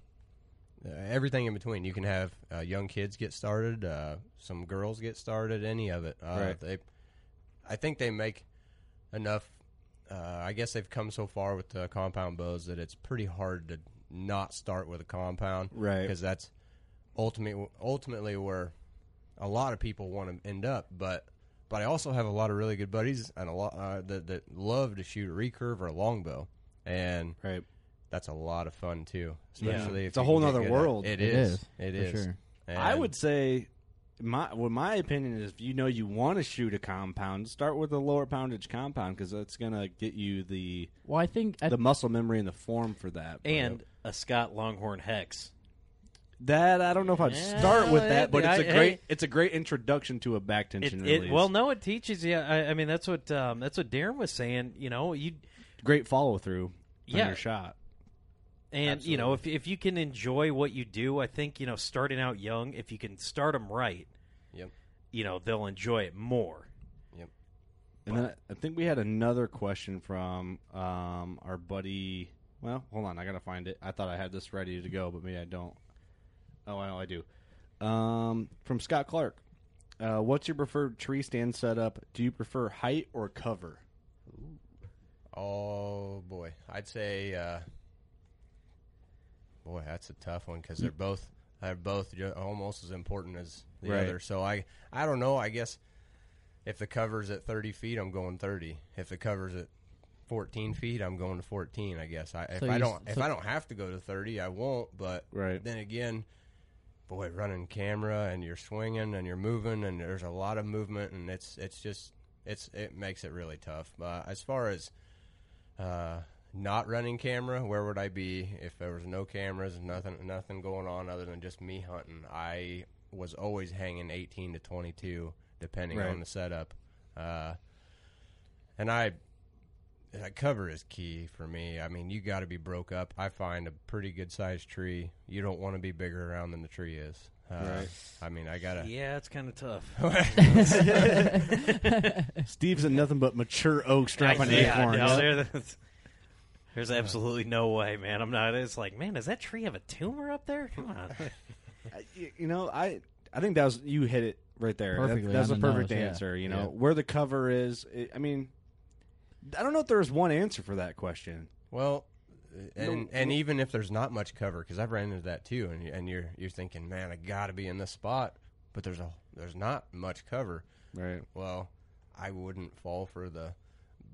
Speaker 3: uh, everything in between. You can have uh, young kids get started, uh, some girls get started, any of it. Uh,
Speaker 5: Right.
Speaker 3: They, I think they make enough. Uh, I guess they've come so far with the compound bows that it's pretty hard to not start with a compound,
Speaker 5: Right.
Speaker 3: Because that's ultimately ultimately where a lot of people want to end up, but but I also have a lot of really good buddies and a lot uh, that that love to shoot a recurve or a longbow, and
Speaker 5: right.
Speaker 3: that's a lot of fun too. Especially if
Speaker 5: It's a
Speaker 3: you
Speaker 5: whole
Speaker 3: can get
Speaker 5: nother
Speaker 3: good at
Speaker 5: world.
Speaker 3: It
Speaker 6: It
Speaker 3: is.
Speaker 6: is,
Speaker 3: It
Speaker 6: for
Speaker 3: is.
Speaker 6: sure.
Speaker 5: I
Speaker 3: And-
Speaker 5: would say my well, my opinion is if you know you want to shoot a compound, start with a lower poundage compound because that's gonna get you the
Speaker 6: Well, I think I,
Speaker 5: the muscle memory and the form for that. But
Speaker 4: and a Scott Longhorn hex.
Speaker 5: that I don't know if I'd
Speaker 4: Yeah,
Speaker 5: start with
Speaker 4: yeah,
Speaker 5: that, but it's a
Speaker 4: I-
Speaker 5: great
Speaker 4: hey.
Speaker 5: it's a great introduction to a back
Speaker 4: It,
Speaker 5: tension
Speaker 4: it-
Speaker 5: release.
Speaker 4: well, no, it teaches you. I, I mean, that's what um, that's what Darren was saying. You know, you
Speaker 5: great follow through on
Speaker 4: Yeah.
Speaker 5: your shot.
Speaker 4: and you know if if you can enjoy what you do, I think you know starting out young, if you can start them right,
Speaker 3: Yep.
Speaker 4: you know they'll enjoy it more.
Speaker 5: And then I think we had another question from um, our buddy. Well, hold on, I gotta find it. I thought I had this ready to go, but maybe I don't. Oh, I know I do. Um, from Scott Clark. Uh, what's your preferred tree stand setup? Do you prefer height or cover?
Speaker 3: Oh boy, I'd say. Uh, boy, that's a tough one because they're both they're both ju- almost as important as the
Speaker 5: Right.
Speaker 3: other. So I I don't know. I guess if the cover's at thirty feet, I'm going thirty. If the cover's at fourteen feet, I'm going to fourteen. I guess I if
Speaker 6: So
Speaker 3: I
Speaker 6: you s-
Speaker 3: don't if
Speaker 6: so-
Speaker 3: I don't have to go to thirty, I won't. But
Speaker 5: Right.
Speaker 3: then again, boy, running camera and you're swinging and you're moving and there's a lot of movement and it's it's just it's it makes it really tough. But as far as uh, not running camera, where would I be if there was no cameras, nothing nothing going on other than just me hunting? I was always hanging 18 to 22 depending
Speaker 5: Right.
Speaker 3: on the setup. Uh, and I uh, cover is key for me. I mean, you got to be broke up. I find a pretty good sized tree. You don't want to be bigger around than the tree is. Uh,
Speaker 5: Right.
Speaker 3: I mean, I gotta.
Speaker 4: Yeah, it's kind of tough.
Speaker 5: Steve's in nothing but mature oaks dropping
Speaker 4: Yeah,
Speaker 5: acorns.
Speaker 4: no, there- that's- there's absolutely no way, man. I'm not. It's like, man, does that tree have a tumor up there? Come on.
Speaker 5: I- y- you know, I I think that was you hit it right there. That-
Speaker 6: Perfectly
Speaker 5: that, was a
Speaker 6: on the
Speaker 5: perfect
Speaker 6: nose, yeah.
Speaker 5: answer. You know,
Speaker 6: Yeah.
Speaker 5: where the cover is. It, I mean, I don't know if there's one answer for that question.
Speaker 3: Well, and and even if there's not much cover, because I've ran into that too, and you- and you're you're thinking, man, I gotta be in this spot, but there's a there's not much cover.
Speaker 5: Right.
Speaker 3: Well, I wouldn't fall for the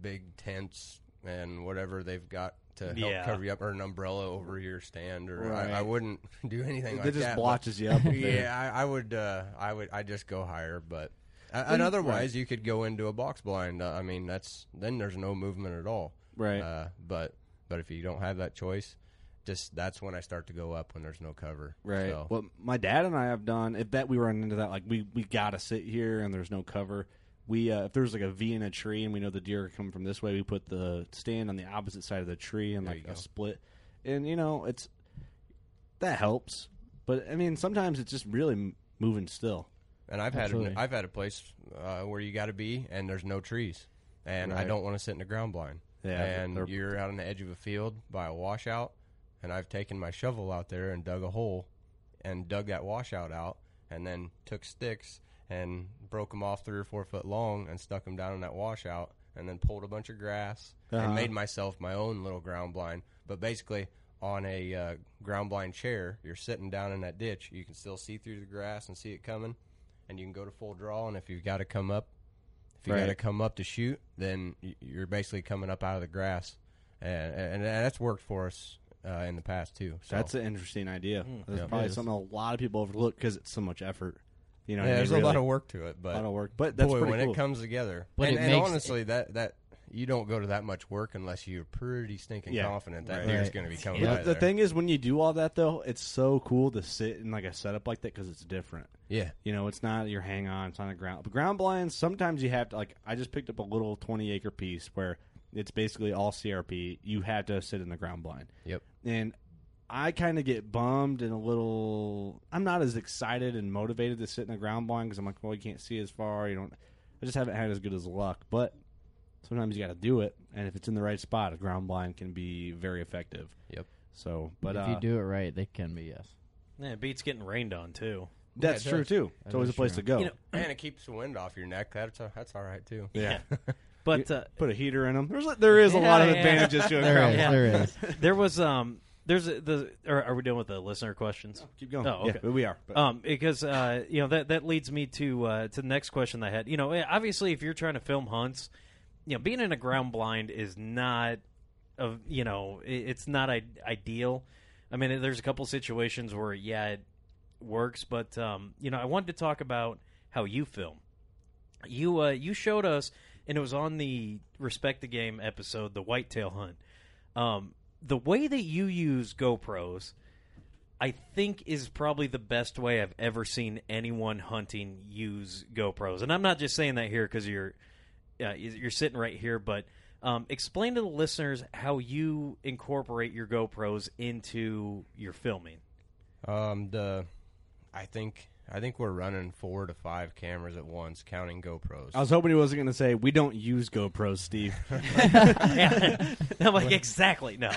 Speaker 3: big tents and whatever they've got to help
Speaker 4: Yeah.
Speaker 3: cover you up, or an umbrella over your stand, or
Speaker 5: Right.
Speaker 3: I, I wouldn't do anything
Speaker 5: It
Speaker 3: like
Speaker 5: just
Speaker 3: that. but-
Speaker 5: blotches you up. with it.
Speaker 3: yeah, I, I would. Uh, I would. I just go higher, but uh, and otherwise you could go into a box blind. Uh, I mean, that's then there's no movement at all.
Speaker 5: Right.
Speaker 3: Uh, but but if you don't have that choice, just that's when I start to go up when there's no cover.
Speaker 5: Right.
Speaker 3: So,
Speaker 5: What my dad and I have done, if that we run into that, like we we gotta sit here and there's no cover. We uh, if there's like a V in a tree and we know the deer are coming from this way, we put the stand on the opposite side of the tree and like
Speaker 3: you
Speaker 5: a
Speaker 3: go.
Speaker 5: split. And you know it's that helps, but I mean sometimes it's just really m- moving still.
Speaker 3: and I've had
Speaker 6: Absolutely.
Speaker 3: a, I've had a place uh, where you got to be and there's no trees, and I
Speaker 5: Right.
Speaker 3: don't want to sit in the ground blind.
Speaker 5: Yeah,
Speaker 3: And
Speaker 5: they're-
Speaker 3: you're out on the edge of a field by a washout, and I've taken my shovel out there and dug a hole, and dug that washout out, and then took sticks and broke them off three or four foot long and stuck them down in that washout, and then pulled a bunch of grass
Speaker 5: Uh-huh.
Speaker 3: and made myself my own little ground blind. But basically. On a uh, ground blind chair, you're sitting down in that ditch. You can still see through the grass and see it coming and you can go to full draw. And if you've got to come up, if you
Speaker 5: Right.
Speaker 3: got to come up to shoot, then y- you're basically coming up out of the grass, and and, and that's worked for us uh, in the past too. So. Hmm.
Speaker 5: That's an interesting idea. That's
Speaker 3: Yeah.
Speaker 5: probably
Speaker 6: It is.
Speaker 5: something a lot of people overlook because it's so much effort. You know, what I
Speaker 3: yeah,
Speaker 5: mean?
Speaker 3: there's a
Speaker 5: Really,
Speaker 3: lot of work to it,
Speaker 5: a
Speaker 3: but
Speaker 5: lot of work, but that's
Speaker 3: boy,
Speaker 5: pretty
Speaker 3: when
Speaker 5: cool.
Speaker 3: it comes together,
Speaker 6: But
Speaker 3: and,
Speaker 6: it
Speaker 3: and
Speaker 6: makes-
Speaker 3: honestly, that that you don't go to that much work unless you're pretty stinking
Speaker 5: Yeah.
Speaker 3: confident that
Speaker 5: Right.
Speaker 3: deer's
Speaker 6: Right.
Speaker 3: going to be coming.
Speaker 5: Yeah,
Speaker 3: by
Speaker 5: the
Speaker 3: there.
Speaker 5: thing is, when you do all that though, it's so cool to sit in like a setup like that because it's different.
Speaker 3: yeah,
Speaker 5: You know, it's not your hang on, it's not a ground. But ground blinds, sometimes you have to, like, I just picked up a little 20 acre piece where it's basically all CRP. You have to sit in the ground blind.
Speaker 3: Yep.
Speaker 5: And I kind of get bummed and a little, I'm not as excited and motivated to sit in the ground blind because I'm like, well, you can't see as far. You don't, I just haven't had as good as luck. But sometimes you got to do it. And if it's in the right spot, a ground blind can be very effective.
Speaker 3: Yep.
Speaker 5: So, but
Speaker 6: if
Speaker 5: uh,
Speaker 6: you do it right, they can be yes.
Speaker 4: Yeah, it beats getting rained on too.
Speaker 5: that's
Speaker 3: Yeah, it
Speaker 5: true
Speaker 3: does.
Speaker 5: too. It's always a
Speaker 6: is
Speaker 5: place
Speaker 6: true.
Speaker 5: to go.
Speaker 4: You know,
Speaker 3: and it keeps the wind off your neck. That's that's all right too.
Speaker 5: yeah.
Speaker 4: But uh,
Speaker 5: Put a heater in them. There's like, there is a lot of
Speaker 4: Yeah, yeah.
Speaker 5: advantages to a
Speaker 6: There
Speaker 5: ground
Speaker 6: is.
Speaker 4: Yeah.
Speaker 6: There is.
Speaker 4: there was um, there's a, the. Or are we done with the listener questions?
Speaker 5: Keep going.
Speaker 4: Oh, okay.
Speaker 5: Yeah, we are. But
Speaker 4: Um, because uh, you know that that leads me to uh, to the next question that I had. You know, eh, obviously, if you're trying to film hunts, you know, being in a ground blind is not of you know i- it's not I- ideal. I mean, eh, there's a couple situations where yeah, it works, but um, you know, I wanted to talk about how you film. You uh, you showed us, and it was on the Respect the Game episode, the whitetail hunt. Um, the way that you use GoPros. I think is probably the best way I've ever seen anyone hunting use GoPros. And I'm not just saying that here because you're uh, you're sitting right here, but um, explain to the listeners how you incorporate your GoPros into your filming.
Speaker 3: Um, the I think I think we're running four to five cameras at once, counting GoPros.
Speaker 5: I was hoping he wasn't going to say we don't use GoPros, Steve.
Speaker 4: Yeah. I'm like exactly no.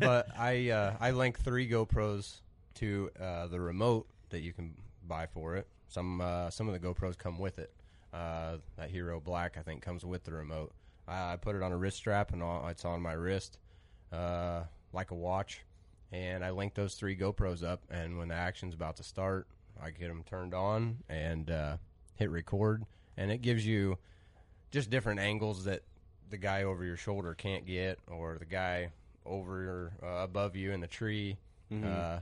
Speaker 3: but I uh, I link three GoPros to uh, the remote that you can buy for it. Some uh, some of the GoPros come with it. Uh, that Hero Black I think comes with the remote. I, I put it on a wrist strap and all, it's on my wrist, uh, like a watch. And I link those three GoPros up, and when the action's about to start, I get them turned on and uh, hit record, and it gives you just different angles that the guy over your shoulder can't get, or the guy over uh, above you in the tree. Uh,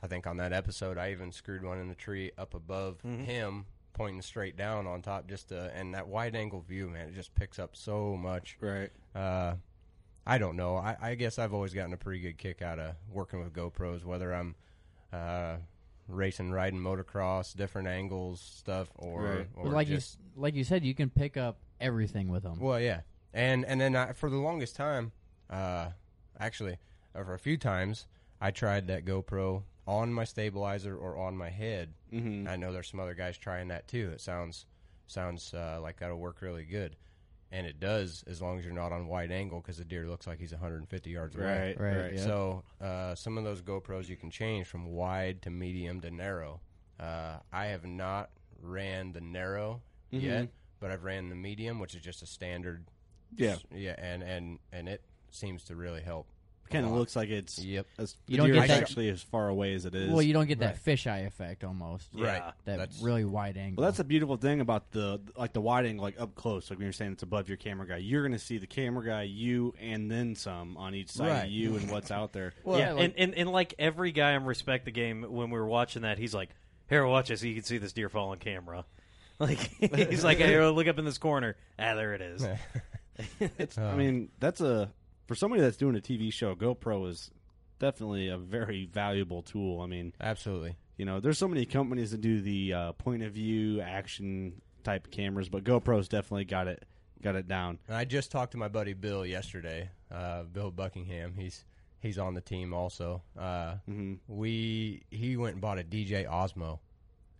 Speaker 3: I think on that episode, I even screwed one in the tree up above him, pointing straight down on top. Just to, and that wide angle view, man, it just picks up so much.
Speaker 5: Right.
Speaker 3: Uh, I don't know. I, I guess I've always gotten a pretty good kick out of working with GoPros, whether I'm uh, racing, riding motocross, different angles, stuff, or,
Speaker 5: Right.
Speaker 3: or
Speaker 6: like you
Speaker 3: just,
Speaker 6: s- like you said, you can pick up everything with them.
Speaker 3: well, yeah, and and then I, for the longest time, uh, actually, uh, for a few times, I tried that GoPro on my stabilizer or on my head.
Speaker 5: Mm-hmm.
Speaker 3: I know there's some other guys trying that too. It sounds sounds uh, like that'll work really good, and it does as long as you're not on wide angle because the deer looks like he's 150 yards away.
Speaker 5: Right.
Speaker 6: Right,
Speaker 5: Right.
Speaker 6: yeah.
Speaker 3: So uh, some of those GoPros you can change from wide to medium to narrow. Uh, I have not ran the narrow
Speaker 5: Mm-hmm.
Speaker 3: yet, but I've ran the medium, which is just a standard.
Speaker 5: Yeah.
Speaker 3: yeah, and and and it seems to really help. a
Speaker 5: Kind of
Speaker 3: lot.
Speaker 5: looks like it's
Speaker 3: Yep.
Speaker 5: as,
Speaker 6: You
Speaker 5: you
Speaker 6: don't
Speaker 5: don't
Speaker 6: get that-
Speaker 5: actually as far away as it is.
Speaker 6: Well, you don't get that
Speaker 3: Right.
Speaker 6: fisheye effect almost.
Speaker 3: Right.
Speaker 6: That
Speaker 3: That's-
Speaker 6: really wide angle.
Speaker 5: Well, that's a beautiful thing about the like the wide angle, like up close. Like when you're saying it's above your camera guy, you're going to see the camera guy, you, and then some on each side
Speaker 3: Right.
Speaker 5: of you, and what's out there.
Speaker 4: yeah, and, and and like every guy on Respect the Game, when we were watching that, he's like, "Here, watch this. You can see this deer fall on camera." Like he's like, "Hey, look up in this corner. Ah, there it is."
Speaker 5: It's,
Speaker 3: Oh.
Speaker 5: I mean, that's a for somebody that's doing a TV show, GoPro is definitely a very valuable tool. I mean,
Speaker 3: Absolutely.
Speaker 5: you know, there's so many companies that do the uh, point of view action type cameras, but GoPro's definitely got it got it down.
Speaker 3: And I just talked to my buddy Bill yesterday. Uh, Bill Buckingham. He's he's on the team also. Uh,
Speaker 5: hmm
Speaker 3: we he went and bought a DJ Osmo.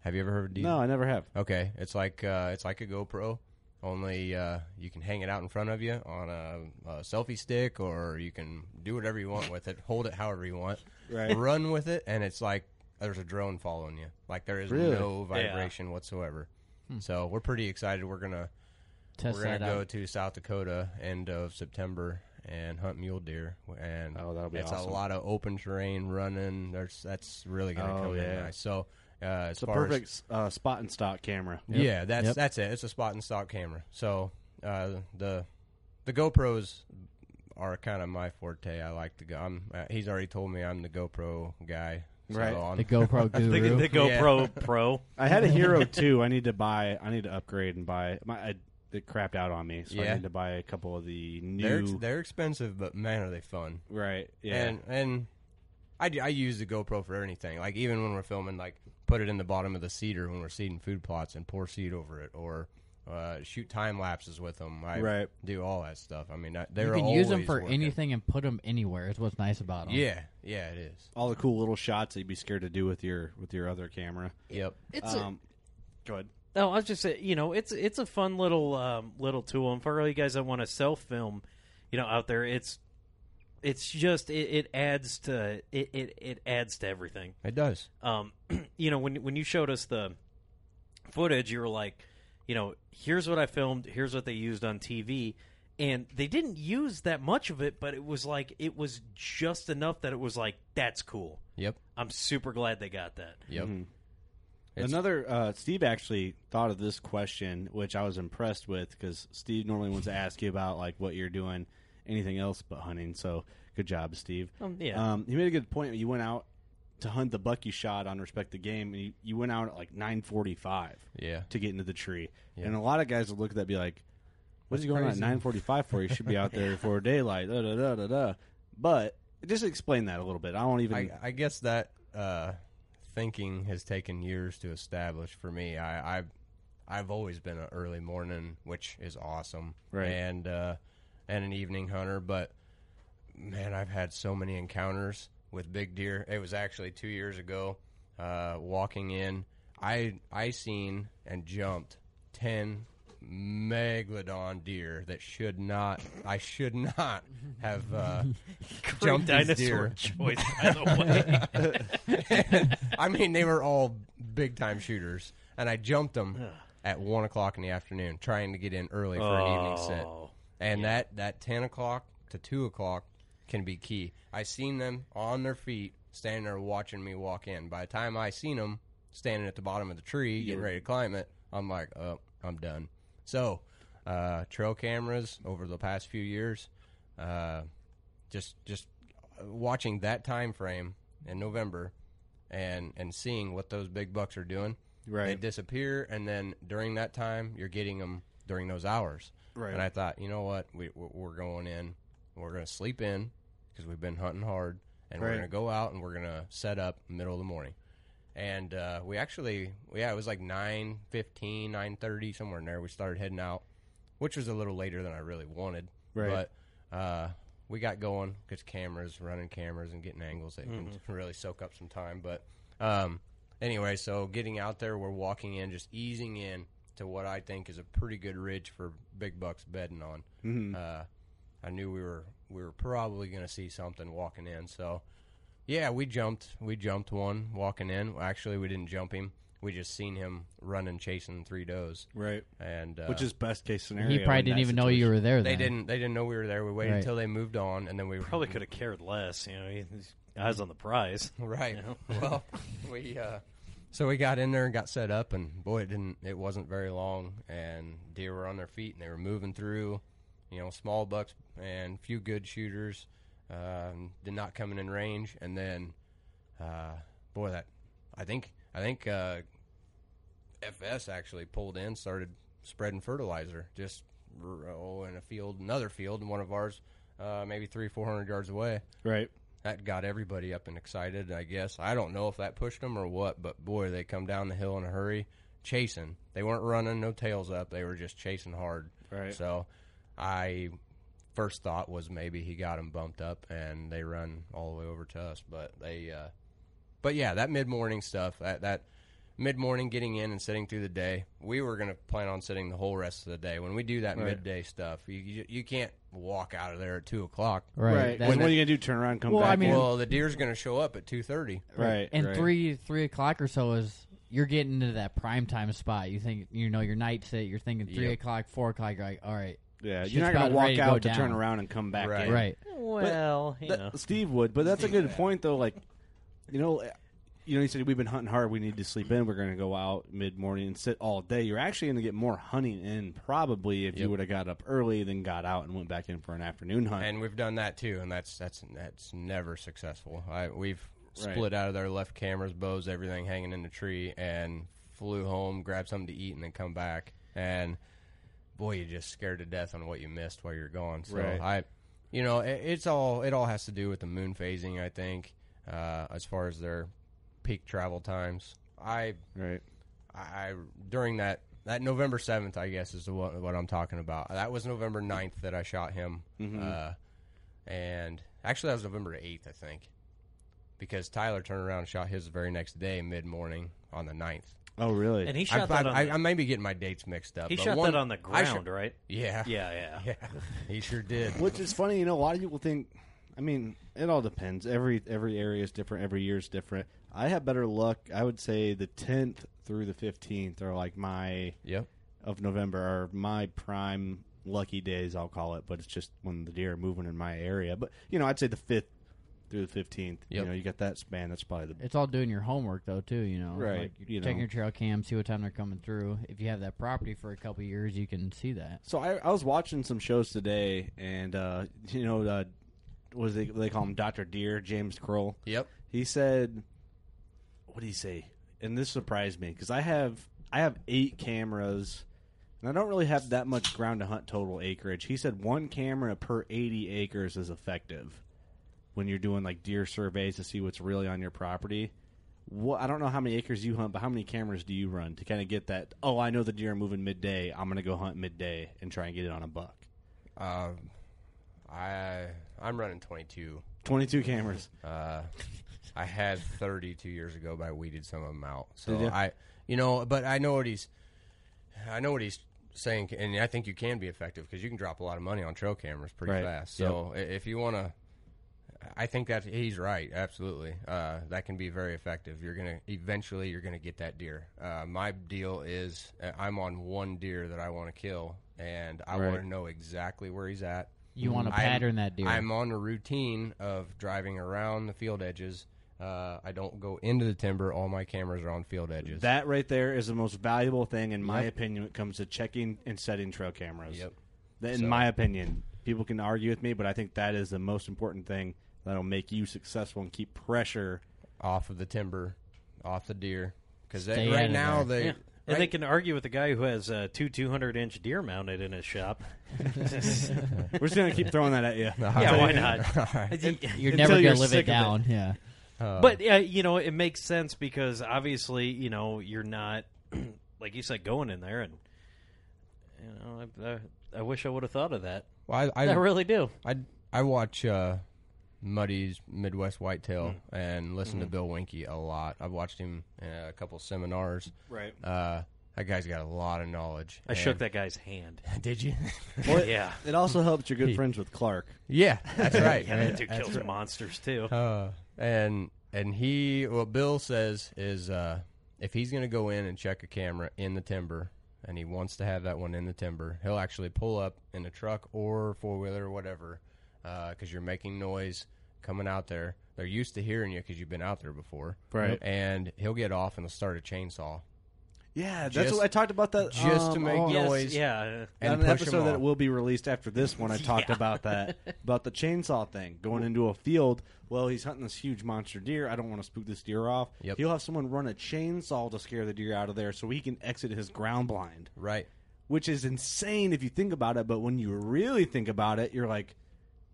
Speaker 3: Have you ever heard of DJ?
Speaker 5: No, I never have.
Speaker 3: Okay, it's like uh, it's like a GoPro, only uh, you can hang it out in front of you on a, a selfie stick, or you can do whatever you want with it. Hold it however you want.
Speaker 5: Right.
Speaker 3: Run with it, and it's like there's a drone following you. Like there is
Speaker 5: Really?
Speaker 3: no vibration whatsoever. So we're pretty excited. We're gonna
Speaker 6: Test
Speaker 3: we're gonna
Speaker 6: that
Speaker 3: go
Speaker 6: out.
Speaker 3: to South Dakota end of September and hunt mule deer. And
Speaker 5: Oh, that'll be
Speaker 3: it's
Speaker 5: awesome.
Speaker 3: a lot of open terrain running. There's that's really gonna
Speaker 5: Oh,
Speaker 3: come in
Speaker 5: yeah.
Speaker 3: nice. So uh, as
Speaker 5: It's a
Speaker 3: far as-
Speaker 5: perfect uh, spot and stock camera.
Speaker 3: yeah, that's
Speaker 6: Yep.
Speaker 3: that's it. It's a spot and stock camera. So uh, the the GoPros are kind of my forte. I like to go. I'm, uh, he's already told me I'm the GoPro guy. So
Speaker 5: Right.
Speaker 3: I'm-
Speaker 6: the GoPro
Speaker 4: The,
Speaker 6: guru.
Speaker 4: the GoPro Pro.
Speaker 5: I had a Hero too. I need to buy. I need to upgrade and buy. My I, it crapped out on me, so I
Speaker 3: Yeah.
Speaker 5: need to buy a couple of the
Speaker 3: they're ex-
Speaker 5: new.
Speaker 3: they're expensive, but man, are they fun!
Speaker 5: right. Yeah.
Speaker 3: And and I, do- I use the GoPro for anything. Like even when we're filming, like put it in the bottom of the cedar when we're seeding food plots and pour seed over it, or uh, shoot time lapses with them. I
Speaker 5: Right.
Speaker 3: do all that stuff. I mean, I-
Speaker 6: you
Speaker 3: they're
Speaker 6: can use them
Speaker 3: always
Speaker 6: for
Speaker 3: working.
Speaker 6: anything and put them anywhere. Is what's nice about them.
Speaker 3: Yeah, yeah, it is.
Speaker 5: all the cool little shots that you'd be scared to do with your with your other camera.
Speaker 3: Yep.
Speaker 4: It's
Speaker 5: Um, go ahead.
Speaker 4: No, I was just saying, you know, it's it's a fun little um, little tool, and for all you guys that want to self film, you know, out there, it's it's just it, it adds to it, it it adds to everything.
Speaker 3: It does.
Speaker 4: Um, you know, when when you showed us the footage, you were like, you know, here's what I filmed, here's what they used on TV, and they didn't use that much of it, but it was like it was just enough that it was like that's cool.
Speaker 3: Yep.
Speaker 4: I'm super glad they got that.
Speaker 3: Yep.
Speaker 5: Mm-hmm.
Speaker 3: It's-
Speaker 5: Another uh, Steve actually thought of this question, which I was impressed with because Steve normally wants to ask you about like what you're doing, anything else but hunting. So good job, Steve.
Speaker 4: Um, yeah.
Speaker 5: Um, he made a good point. You went out to hunt the buck you shot on respect the game, and you, you went out at like 9:45
Speaker 3: Yeah.
Speaker 5: to get into the tree. And a lot of guys would look at that and be like, "What's
Speaker 3: That's
Speaker 5: he going
Speaker 3: crazy.
Speaker 5: on at 9:45 for? You should be out there before daylight." Da, da, da, da, da. But just explain that a little bit. I won't even.
Speaker 3: I, I guess that uh, thinking has taken years to establish for me. I, I I've always been an early morning, which is awesome,
Speaker 5: Right.
Speaker 3: And uh, and an evening hunter, but man, I've had so many encounters with big deer. It was actually two years ago. Uh, walking in, I I seen and jumped ten megalodon deer that should not I should not have uh, jumped these
Speaker 4: dinosaur
Speaker 3: deer.
Speaker 4: choice, by the way.
Speaker 3: I mean, they were all big time shooters, and I jumped them at one o'clock in the afternoon, trying to get in early for an evening set.
Speaker 4: Oh,
Speaker 3: And that that ten o'clock to two o'clock can be key. I seen them on their feet, standing there watching me walk in. By the time I seen them standing at the bottom of the tree, getting ready to climb it, I'm like, oh, I'm done. So, uh, trail cameras over the past few years, uh, just just watching that time frame in November and and seeing what those big bucks are doing. They
Speaker 5: Right.
Speaker 3: disappear, and then during that time, you're getting them during those hours.
Speaker 5: Right.
Speaker 3: And I thought, you know what, we we- we're going in, we're going to sleep in because we've been hunting hard, and we're
Speaker 5: Right.
Speaker 3: going to go out and we're going to set up middle of the morning. And uh, we actually, yeah, it was like 9.15, 9.30, somewhere in there. We started heading out, which was a little later than I really wanted.
Speaker 5: Right.
Speaker 3: But uh, we got going because cameras, running cameras and getting angles that can really soak up some time. But um, anyway, so getting out there, we're walking in, just easing in to what I think is a pretty good ridge for big bucks bedding on. Uh, I knew we were we were probably going to see something walking in, so yeah, we jumped. We jumped one walking in. Actually, we didn't jump him. We just seen him running, chasing three does,
Speaker 5: Right.
Speaker 3: and uh,
Speaker 5: Which is best case scenario.
Speaker 6: He probably
Speaker 5: in
Speaker 6: didn't
Speaker 5: that
Speaker 6: even know you
Speaker 5: situation.
Speaker 6: were there.
Speaker 3: they
Speaker 6: then.
Speaker 3: didn't. They didn't know we were there. We waited
Speaker 6: Right.
Speaker 3: until they moved on, and then we
Speaker 7: Probably could have cared less. You know, he- his eyes on the prize.
Speaker 3: Right. Well, we uh, so we got in there and got set up, and boy, it didn't. It wasn't very long, and deer were on their feet and they were moving through. You know, small bucks and few good shooters. Um, did not coming in range, and then, uh, boy, that I think I think uh, FS actually pulled in, started spreading fertilizer just r- oh, in a field, another field, and one of ours, uh, maybe three, four hundred yards away
Speaker 5: Right.
Speaker 3: that got everybody up and excited. I guess I don't know if that pushed them or what, but boy, they come down the hill in a hurry, chasing. They weren't running, no tails up. They were just chasing hard.
Speaker 5: Right.
Speaker 3: So, I first thought was maybe he got them bumped up and they run all the way over to us. But they, uh, but yeah, that mid morning stuff. That that mid morning getting in and sitting through the day. We were gonna plan on sitting the whole rest of the day. When we do that
Speaker 5: Right.
Speaker 3: midday stuff, you, you you can't walk out of there at two o'clock.
Speaker 6: Right.
Speaker 5: When-
Speaker 6: That's-
Speaker 5: what are you gonna do? Turn around, and come
Speaker 6: Well,
Speaker 5: back.
Speaker 6: I mean-
Speaker 5: in?
Speaker 3: Well, the deer's going to show up at two thirty.
Speaker 5: right.
Speaker 6: And
Speaker 5: right.
Speaker 6: three three o'clock or so is you're getting into that prime time spot. You think you know your night sit. You're thinking three
Speaker 3: Yep.
Speaker 6: o'clock, four o'clock. You're like, all right,
Speaker 5: Yeah,
Speaker 6: Shit's
Speaker 5: you're not
Speaker 6: about
Speaker 5: gonna
Speaker 6: ready
Speaker 5: walk
Speaker 6: to go
Speaker 5: out to turn
Speaker 6: down.
Speaker 5: around and come back.
Speaker 3: Right.
Speaker 5: in.
Speaker 6: right,
Speaker 7: Well, you
Speaker 5: That-
Speaker 7: know,
Speaker 5: Steve would, but that's a good point though. Like, you know, uh, you know, he said we've been hunting hard. We need to sleep in. We're going to go out mid morning and sit all day. You're actually going to get more hunting in probably if you
Speaker 3: Yep.
Speaker 5: would have got up early, then got out and went back in for an afternoon hunt.
Speaker 3: and we've done that too, and that's that's that's never successful. I, we've
Speaker 5: Right.
Speaker 3: split out of there, left cameras, bows, everything hanging in the tree, and flew home, grabbed something to eat, and then come back. And boy, you just scared to death on what you missed while you're gone. So
Speaker 5: Right.
Speaker 3: I, you know, it, it's all it all has to do with the moon phasing. I think uh, as far as their peak travel times, I
Speaker 5: right.
Speaker 3: I I- during that that November seventh, I guess, is the what, what I'm talking about. That was November 9th that I shot him, uh, and actually that was November eighth, I think, because Tyler turned around and shot his the very next day, mid morning on the 9th.
Speaker 5: Oh, really?
Speaker 7: and he shot
Speaker 3: I,
Speaker 7: that on.
Speaker 3: I,
Speaker 7: the,
Speaker 3: I may be getting my dates mixed up.
Speaker 7: he
Speaker 3: but
Speaker 7: shot
Speaker 3: one-
Speaker 7: that on the
Speaker 3: I shot-
Speaker 7: ground, right?
Speaker 3: yeah,
Speaker 7: Yeah, yeah.
Speaker 3: yeah. He sure did.
Speaker 5: Which is funny, you know. A lot of people think. I mean, it all depends. Every every area is different. Every year is different. I have better luck. I would say the tenth through the fifteenth are like my
Speaker 3: Yep.
Speaker 5: of November are my prime lucky days, I'll call it, but it's just when the deer are moving in my area. But you know, I'd say the fifth through the fifteenth.
Speaker 3: Yep.
Speaker 5: You know, you got that span. That's probably the
Speaker 6: it's all doing your homework though too. You know,
Speaker 5: Right,
Speaker 6: Like,
Speaker 5: you
Speaker 6: checking
Speaker 5: know.
Speaker 6: your trail cam, see what time they're coming through. If you have that property for a couple of years, you can see that.
Speaker 5: So I, I was watching some shows today, and uh, you know, uh, what is they they call him Doctor Deer, James Kroll.
Speaker 3: Yep.
Speaker 5: He said, "What did he say?" And this surprised me because I have I have eight cameras, and I don't really have that much ground to hunt total acreage. He said one camera per eighty acres is effective when you're doing like deer surveys to see what's really on your property. What I don't know how many acres you hunt, but how many cameras do you run to kind of get that? Oh, I know the deer are moving midday. I'm going to go hunt midday and try and get it on a buck.
Speaker 3: Um, I I'm running 22.
Speaker 5: Twenty-two cameras.
Speaker 3: Uh, I had 30 two years ago, but I weeded some of them out. So
Speaker 5: Did ya?
Speaker 3: I, you know, but I know what he's, I know what he's saying, and I think you can be effective because you can drop a lot of money on trail cameras pretty
Speaker 5: Right.
Speaker 3: fast. So i if you want to, I think that he's right. Absolutely, uh, that can be very effective. You're gonna eventually you're gonna get that deer. Uh, my deal is uh, I'm on one deer that I want to kill, and I want
Speaker 5: Right.
Speaker 3: to know exactly where he's at.
Speaker 6: You want to
Speaker 3: I'm-
Speaker 6: pattern that deer.
Speaker 3: I'm on a routine of driving around the field edges. Uh, I don't go into the timber. All my cameras are on field edges.
Speaker 5: That right there is the most valuable thing, in my opinion, when it comes to checking and setting trail cameras.
Speaker 3: Yep.
Speaker 5: That- In
Speaker 3: So-
Speaker 5: my opinion, people can argue with me, but I think that is the most important thing that'll make you successful and keep pressure
Speaker 3: off of the timber, off the deer, because
Speaker 4: Stay out
Speaker 3: right
Speaker 4: of
Speaker 3: now
Speaker 4: there.
Speaker 3: they
Speaker 4: Yeah. and they can argue with the guy who has uh, two 200 inch deer mounted in his shop. We're
Speaker 5: just gonna keep throwing that at you.
Speaker 4: yeah, why not?
Speaker 3: All right.
Speaker 6: You're
Speaker 4: Until
Speaker 6: never gonna live
Speaker 4: sick
Speaker 6: it
Speaker 4: of
Speaker 6: down, yeah.
Speaker 3: Uh,
Speaker 4: but yeah, you know, it makes sense because obviously, you know, you're not like you said going in there, and you know, I, I, I wish I would have thought of that.
Speaker 3: Well, I, I,
Speaker 4: I really do.
Speaker 3: I I watch uh, Muddy's Midwest Whitetail
Speaker 4: Hmm.
Speaker 3: and listen to Bill Winky a lot. I've watched him in a couple seminars.
Speaker 4: Right.
Speaker 3: Uh, that guy's got a lot of knowledge.
Speaker 4: I shook
Speaker 3: and-
Speaker 4: that guy's hand.
Speaker 3: Did you?
Speaker 5: Well,
Speaker 4: yeah,
Speaker 5: It also helps you're
Speaker 3: He-
Speaker 5: good friends with Clark.
Speaker 3: Yeah, that's right.
Speaker 4: yeah, that
Speaker 3: Yeah,
Speaker 4: dude
Speaker 3: that's
Speaker 4: kills
Speaker 3: right.
Speaker 4: monsters too.
Speaker 3: Uh, and and he what Bill says is uh, if he's going to go in and check a camera in the timber, and he wants to have that one in the timber, he'll actually pull up in a truck or four wheeler or whatever, because you're making noise coming out there. They're used to hearing you because you've been out there before,
Speaker 5: Right.
Speaker 3: And he'll get off and he'll start a chainsaw
Speaker 5: Yeah, that's
Speaker 3: Just-
Speaker 5: what I talked about that
Speaker 3: just to
Speaker 5: um,
Speaker 3: make
Speaker 5: on-
Speaker 4: Yes,
Speaker 3: noise.
Speaker 4: yeah.
Speaker 5: on
Speaker 3: and
Speaker 5: an
Speaker 3: push 'em
Speaker 5: episode that
Speaker 3: off.
Speaker 5: will be released after this one, I talked about that about the chainsaw thing going into a field. Well, he's hunting this huge monster deer. I don't want to spook this deer off.
Speaker 3: Yep.
Speaker 5: He'll have someone run a chainsaw to scare the deer out of there, so he can exit his ground blind,
Speaker 3: right.
Speaker 5: which is insane if you think about it. But when you really think about it, you're like,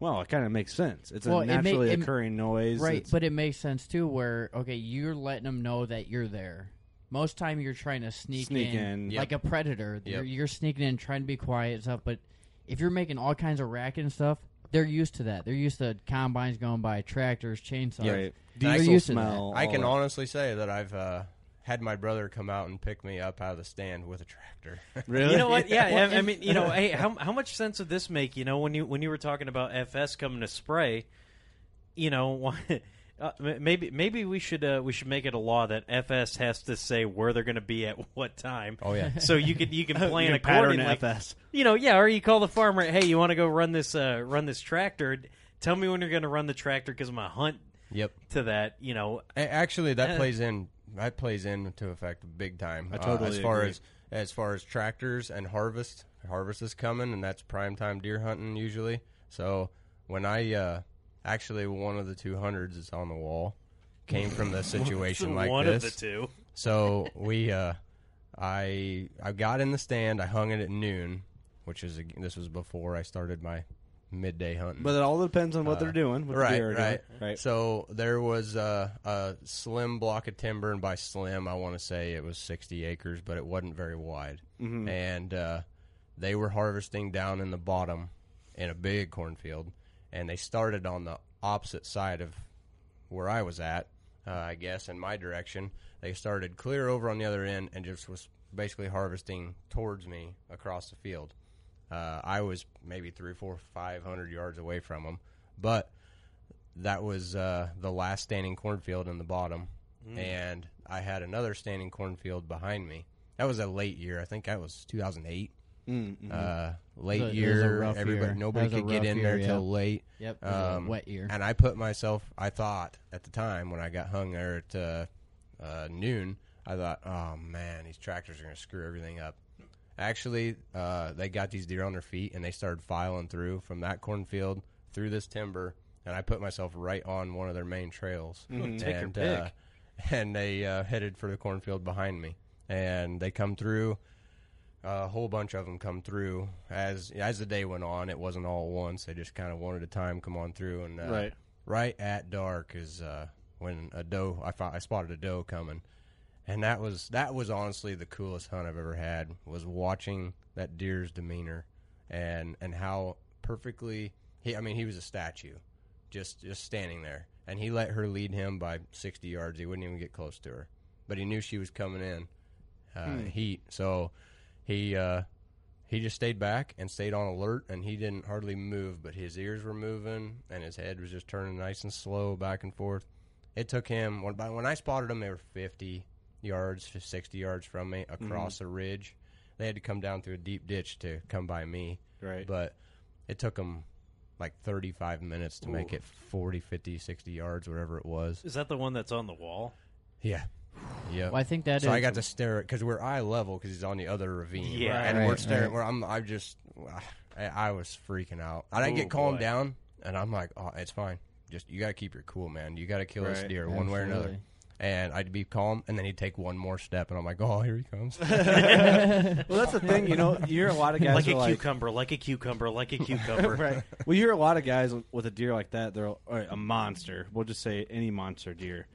Speaker 5: well, it kind of makes sense. It's
Speaker 6: Well,
Speaker 5: a
Speaker 6: it ma-
Speaker 5: naturally
Speaker 6: it-
Speaker 5: occurring noise,
Speaker 6: Right,
Speaker 5: It's-
Speaker 6: but it makes sense too. Where okay, you're letting them know that you're there. Most time you're trying to sneak,
Speaker 5: Sneak in.
Speaker 6: like a predator. You're, you're sneaking in, trying to be quiet and stuff. But if you're making all kinds of racket and stuff, they're used to that. They're used to combines going by, tractors, chainsaws.
Speaker 5: Right.
Speaker 6: They're
Speaker 5: Diesel
Speaker 6: used to that.
Speaker 5: smell.
Speaker 3: I
Speaker 5: all
Speaker 3: can
Speaker 5: that.
Speaker 3: honestly say that I've uh, had my brother come out and pick me up out of the stand with a tractor.
Speaker 5: Really?
Speaker 4: You know what? Yeah,
Speaker 6: Well,
Speaker 4: I, I
Speaker 6: and-
Speaker 4: mean, you know, hey, how how much sense would this make? You know, when you when you were talking about FS coming to spray, you know, why- uh, m- maybe maybe we should uh, we should make it a law that FS has to say where they're going to be at what time.
Speaker 3: Oh, yeah.
Speaker 4: so you can you can
Speaker 5: You
Speaker 4: plan
Speaker 5: can pattern
Speaker 4: accordingly.
Speaker 5: FS.
Speaker 4: You know, yeah, or you call the farmer, hey, you want to go run this uh, run this tractor? D- Tell me when you're going to run the tractor because I'm a hunt
Speaker 3: yep.
Speaker 4: to that. You know,
Speaker 3: A- Actually, that plays in that plays into effect big time. uh,
Speaker 5: I totally
Speaker 3: as far
Speaker 5: agree.
Speaker 3: as as far as tractors and harvest. Harvest is coming, and that's prime time deer hunting usually. So when I uh, actually one of the two hundreds is on the wall came from this situation like
Speaker 4: one
Speaker 3: this.
Speaker 4: of the two.
Speaker 3: So we, uh, I, I got in the stand. I hung it at noon, which is this was before I started my midday hunting.
Speaker 5: But it all depends on what they're doing. What the
Speaker 3: right,
Speaker 5: deer are
Speaker 3: right,
Speaker 5: doing. right.
Speaker 3: So there was uh, a slim block of timber, and by slim, I want to say it was sixty acres, but it wasn't very wide. And uh, they were harvesting down in the bottom in a big cornfield, and they started on the opposite side of where I was at, uh, I guess, in my direction. They started clear over on the other end and just was basically harvesting towards me across the field. Uh, I was maybe three, four, five hundred yards away from them, but that was uh, the last standing cornfield in the bottom,
Speaker 6: Mm.
Speaker 3: and I had another standing cornfield behind me. That was a late year. I think that was 2008.
Speaker 5: Mm,
Speaker 3: Uh, late
Speaker 6: Mm-hmm. It was a
Speaker 3: year.
Speaker 6: rough
Speaker 3: everybody,
Speaker 6: year.
Speaker 3: nobody
Speaker 6: That was a
Speaker 3: could get
Speaker 6: rough
Speaker 3: in there
Speaker 6: year,
Speaker 3: till
Speaker 6: yeah.
Speaker 3: late. Um,
Speaker 6: Yep, it was a wet year.
Speaker 3: And uh, I put myself. I thought at the time when I got hung there at uh, uh, noon, I thought, oh man, these tractors are going to screw everything up. Actually, uh, they got these deer on their feet and they started filing through from that cornfield through this timber, and I put myself right on one of their main trails.
Speaker 4: Mm-hmm. Take your
Speaker 3: and,
Speaker 4: pick.
Speaker 3: uh, and they uh, headed for the cornfield behind me, and they come through a whole bunch of them come through as as the day went on. It wasn't all at once. They just kind of one at a time come on through, and uh,
Speaker 5: Right.
Speaker 3: right at dark is uh, when a doe. I fo- I spotted a doe coming, and that was that was honestly the coolest hunt I've ever had. Was watching that deer's demeanor, and and how perfectly he. I mean, he was a statue, just just standing there, and he let her lead him by sixty yards. He wouldn't even get close to her, but he knew she was coming in uh, heat. So he uh, he just stayed back and stayed on alert, and he didn't hardly move, but his ears were moving and his head was just turning nice and slow back and forth. It took him when by when I spotted him, they were fifty yards to sixty yards from me across a ridge. They had to come down through a deep ditch to come by me.
Speaker 5: Right.
Speaker 3: but it took them like 35 minutes to make it 40 50 60 yards whatever it was
Speaker 4: Is that the one that's on the wall?
Speaker 3: yeah yeah
Speaker 6: Well, I think that is.
Speaker 3: so I got to stare at because we're eye level because he's on the other ravine.
Speaker 4: Yeah.
Speaker 3: and
Speaker 6: Right,
Speaker 3: we're staring. Where I'm, I just, I, I was freaking out. I didn't
Speaker 4: Oh,
Speaker 3: get calmed
Speaker 4: boy.
Speaker 3: down, and I'm like, oh, it's fine. just you got to keep your cool, man. You got to kill this
Speaker 7: Right.
Speaker 3: deer one way or another.
Speaker 7: Absolutely.
Speaker 3: And I'd be calm, and then he'd take one more step, and I'm like, oh, here he comes.
Speaker 5: well, that's the thing, you know. You hear a lot of guys
Speaker 4: like
Speaker 5: are
Speaker 4: a
Speaker 5: like,
Speaker 4: cucumber, like a cucumber, like a cucumber.
Speaker 5: right. Well, you hear a lot of guys with a deer like that. They're all right, a monster. We'll just say any monster deer.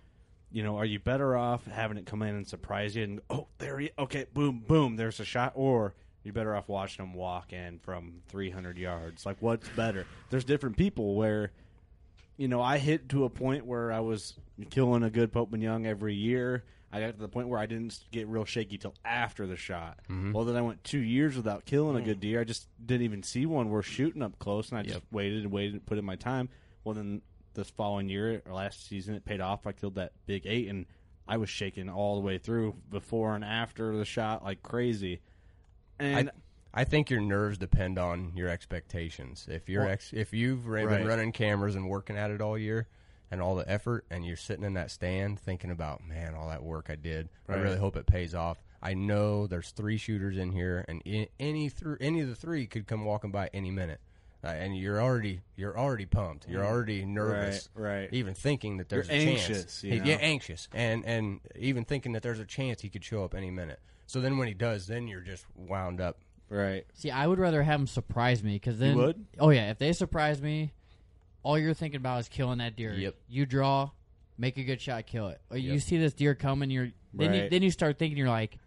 Speaker 5: You know, are you better off having it come in and surprise you and oh there he okay boom boom there's a shot or you're better off watching them walk in from 300 yards. Like what's better? There's different people where you know, I hit to a point where I was killing a good Pope and Young every year. I got to the point where I didn't get real shaky till after the shot.
Speaker 7: Mhm.
Speaker 5: Well, then I went two years without killing a
Speaker 7: Mm.
Speaker 5: good deer. I just didn't even see one worth shooting up close, and I just waited and waited and put in my time. Well, then this following year or last season, it paid off. I killed that big eight, and I was shaking all the way through before and after the shot like crazy. And
Speaker 3: I, I think your nerves depend on your expectations. If you're
Speaker 5: Well,
Speaker 3: ex, if you've ra-
Speaker 5: right.
Speaker 3: been running cameras and working at it all year and all the effort, and you're sitting in that stand thinking about, man, all that work I did. I
Speaker 7: Right.
Speaker 3: really hope it pays off. I know there's three shooters in here, and in, any through any of the three could come walking by any minute. Uh, and you're already you're already pumped. You're
Speaker 7: Mm.
Speaker 3: already nervous,
Speaker 7: Right, right.
Speaker 3: Even thinking that there's
Speaker 7: You're
Speaker 3: a
Speaker 7: anxious,
Speaker 3: chance.
Speaker 7: you
Speaker 3: Yeah,
Speaker 7: know?
Speaker 3: anxious, and and even thinking that there's a chance he could show up any minute. So then when he does, then you're just wound up.
Speaker 5: Right.
Speaker 6: See, I would rather have them surprise me because then.
Speaker 3: would?
Speaker 6: Oh yeah, if they surprise me, all you're thinking about is killing that deer.
Speaker 7: Yep.
Speaker 6: You draw, make a good shot, kill it. Or You
Speaker 7: Yep.
Speaker 6: see this deer coming, you're then you,
Speaker 7: Right.
Speaker 6: then you start thinking you're like,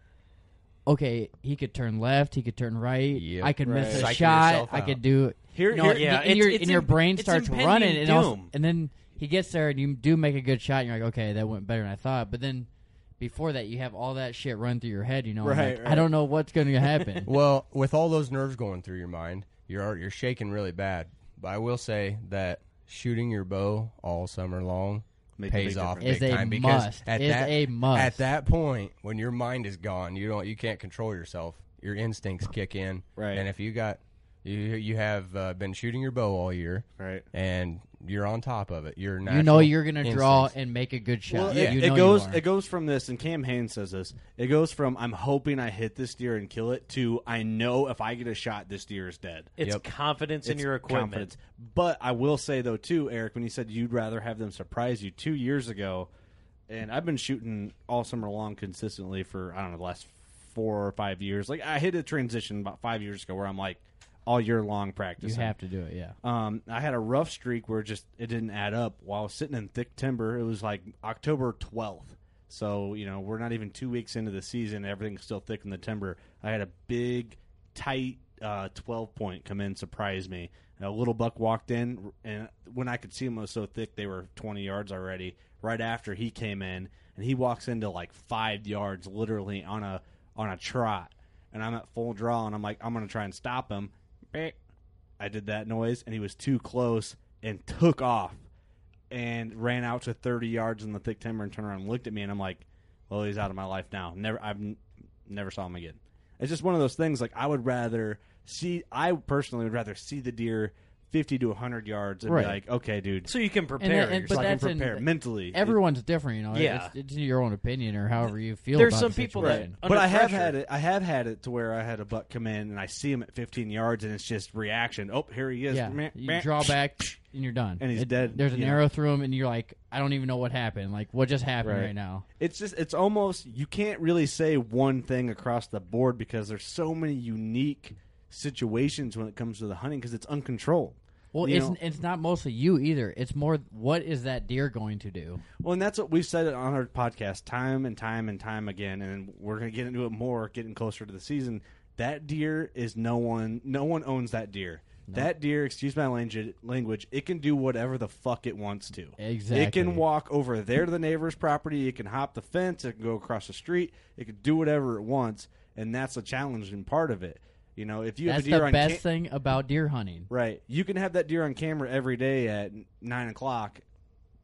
Speaker 6: okay, he could turn left, he could turn right, I could miss a
Speaker 7: Psyching
Speaker 6: shot,
Speaker 7: yourself
Speaker 6: I
Speaker 7: out.
Speaker 6: could do.
Speaker 7: Here-
Speaker 6: No,
Speaker 7: here-
Speaker 6: and-
Speaker 7: yeah,
Speaker 6: and
Speaker 7: it's-
Speaker 6: your
Speaker 7: it's
Speaker 6: and your
Speaker 7: im-
Speaker 6: brain
Speaker 7: it's
Speaker 6: starts
Speaker 7: impending
Speaker 6: running, and all-
Speaker 7: doom.
Speaker 6: and then he gets there, and you do make a good shot, and you're like, okay, that went better than I thought, but then. Before that, you have all that shit run through your head. You know, and
Speaker 3: Right,
Speaker 6: like, I
Speaker 3: right.
Speaker 6: don't know what's going to happen.
Speaker 3: well, with all those nerves going through your mind, you're you're shaking really bad. But I will say that shooting your bow all summer long
Speaker 6: Makes a
Speaker 3: pays
Speaker 6: big
Speaker 3: off
Speaker 6: difference.
Speaker 3: big
Speaker 6: Is a
Speaker 3: time because
Speaker 6: must.
Speaker 3: at
Speaker 6: Is
Speaker 3: that
Speaker 6: a must.
Speaker 3: at that point when your mind is gone, you don't you can't control yourself. Your instincts kick in, right? And if you got you you have uh, been shooting your bow all year,
Speaker 5: right?
Speaker 3: And you're on top of it. You're
Speaker 6: You know you're gonna draw and make a good shot.
Speaker 5: Well,
Speaker 6: Yeah.
Speaker 5: it,
Speaker 6: You
Speaker 5: it
Speaker 6: know you
Speaker 5: goes.
Speaker 6: are.
Speaker 5: it goes from this, and Cam Haynes says this. It goes from I'm hoping I hit this deer and kill it to I know if I get a shot, this deer is dead.
Speaker 4: It's Yep. confidence in your equipment.
Speaker 5: But I will say though too, Eric, when you said you'd rather have them surprise you two years ago, and I've been shooting all summer long consistently for I don't know the last four or five years. Like I hit a transition about five years ago where I'm like all year long practice.
Speaker 6: have to do it, yeah.
Speaker 5: Um, I had a rough streak where just it didn't add up. While I was sitting in thick timber, it was like October twelfth. So you know we're not even two weeks into the season. Everything's still thick in the timber. I had a big, tight uh, twelve point come in, surprise me. And a little buck walked in, and when I could see him, it was so thick they were twenty yards already. Right after he came in, and he walks into like five yards, literally on a on a trot, and I'm at full draw, and I'm like I'm gonna try and stop him. Beep. I did that noise, and he was too close and took off and ran out to 30 yards in the thick timber and turned around and looked at me, and I'm like, "Well, he's out of my life now. Never, I've n- never saw him again." It's just one of those things. Like I would rather see. I personally would rather see the deer 50 to 100 yards and
Speaker 6: Right.
Speaker 5: be like, "Okay, dude."
Speaker 4: So you can prepare
Speaker 5: And,
Speaker 6: And- and-
Speaker 5: but
Speaker 6: but
Speaker 5: I can
Speaker 6: that's in-
Speaker 5: prepare mentally.
Speaker 6: Everyone's different, you know.
Speaker 5: Yeah.
Speaker 6: It's, it's your own opinion or however you feel.
Speaker 4: There's
Speaker 6: about
Speaker 4: some
Speaker 6: the
Speaker 4: people that-
Speaker 6: situation.
Speaker 5: But I have
Speaker 4: pressure.
Speaker 5: had it. I have had it to where I had a buck come in and I see him at 15 yards and it's just reaction. Oh, here he is.
Speaker 6: yeah,
Speaker 5: Meh,
Speaker 6: you
Speaker 5: meh.
Speaker 6: draw back and you're done.
Speaker 5: And he's
Speaker 6: It-
Speaker 5: dead,
Speaker 6: There's an
Speaker 5: you know.
Speaker 6: arrow through him, and you're like, I don't even know what happened. Like, what just happened right, now?
Speaker 5: It's just it's almost you can't really say one thing across the board because there's so many unique situations when it comes to the hunting because it's uncontrolled.
Speaker 6: Well,
Speaker 5: You
Speaker 6: it's
Speaker 5: know?
Speaker 6: it's not mostly you either. It's more what is that deer going to do?
Speaker 5: Well, and that's what we've said on our podcast time and time and time again, and we're going to get into it more getting closer to the season. That deer is no one. No one owns that deer. That deer, excuse my langu- language, it can do whatever the fuck it wants to. It
Speaker 6: Exactly.
Speaker 5: can walk over there to the neighbor's property. It can hop the fence. It can go across the street. It can do whatever it wants, and that's the challenging part of it. You know, if you have
Speaker 6: That's
Speaker 5: a deer
Speaker 6: the
Speaker 5: on
Speaker 6: best
Speaker 5: ca-
Speaker 6: thing about deer hunting.
Speaker 5: Right. You can have that deer on camera every day at nine o'clock,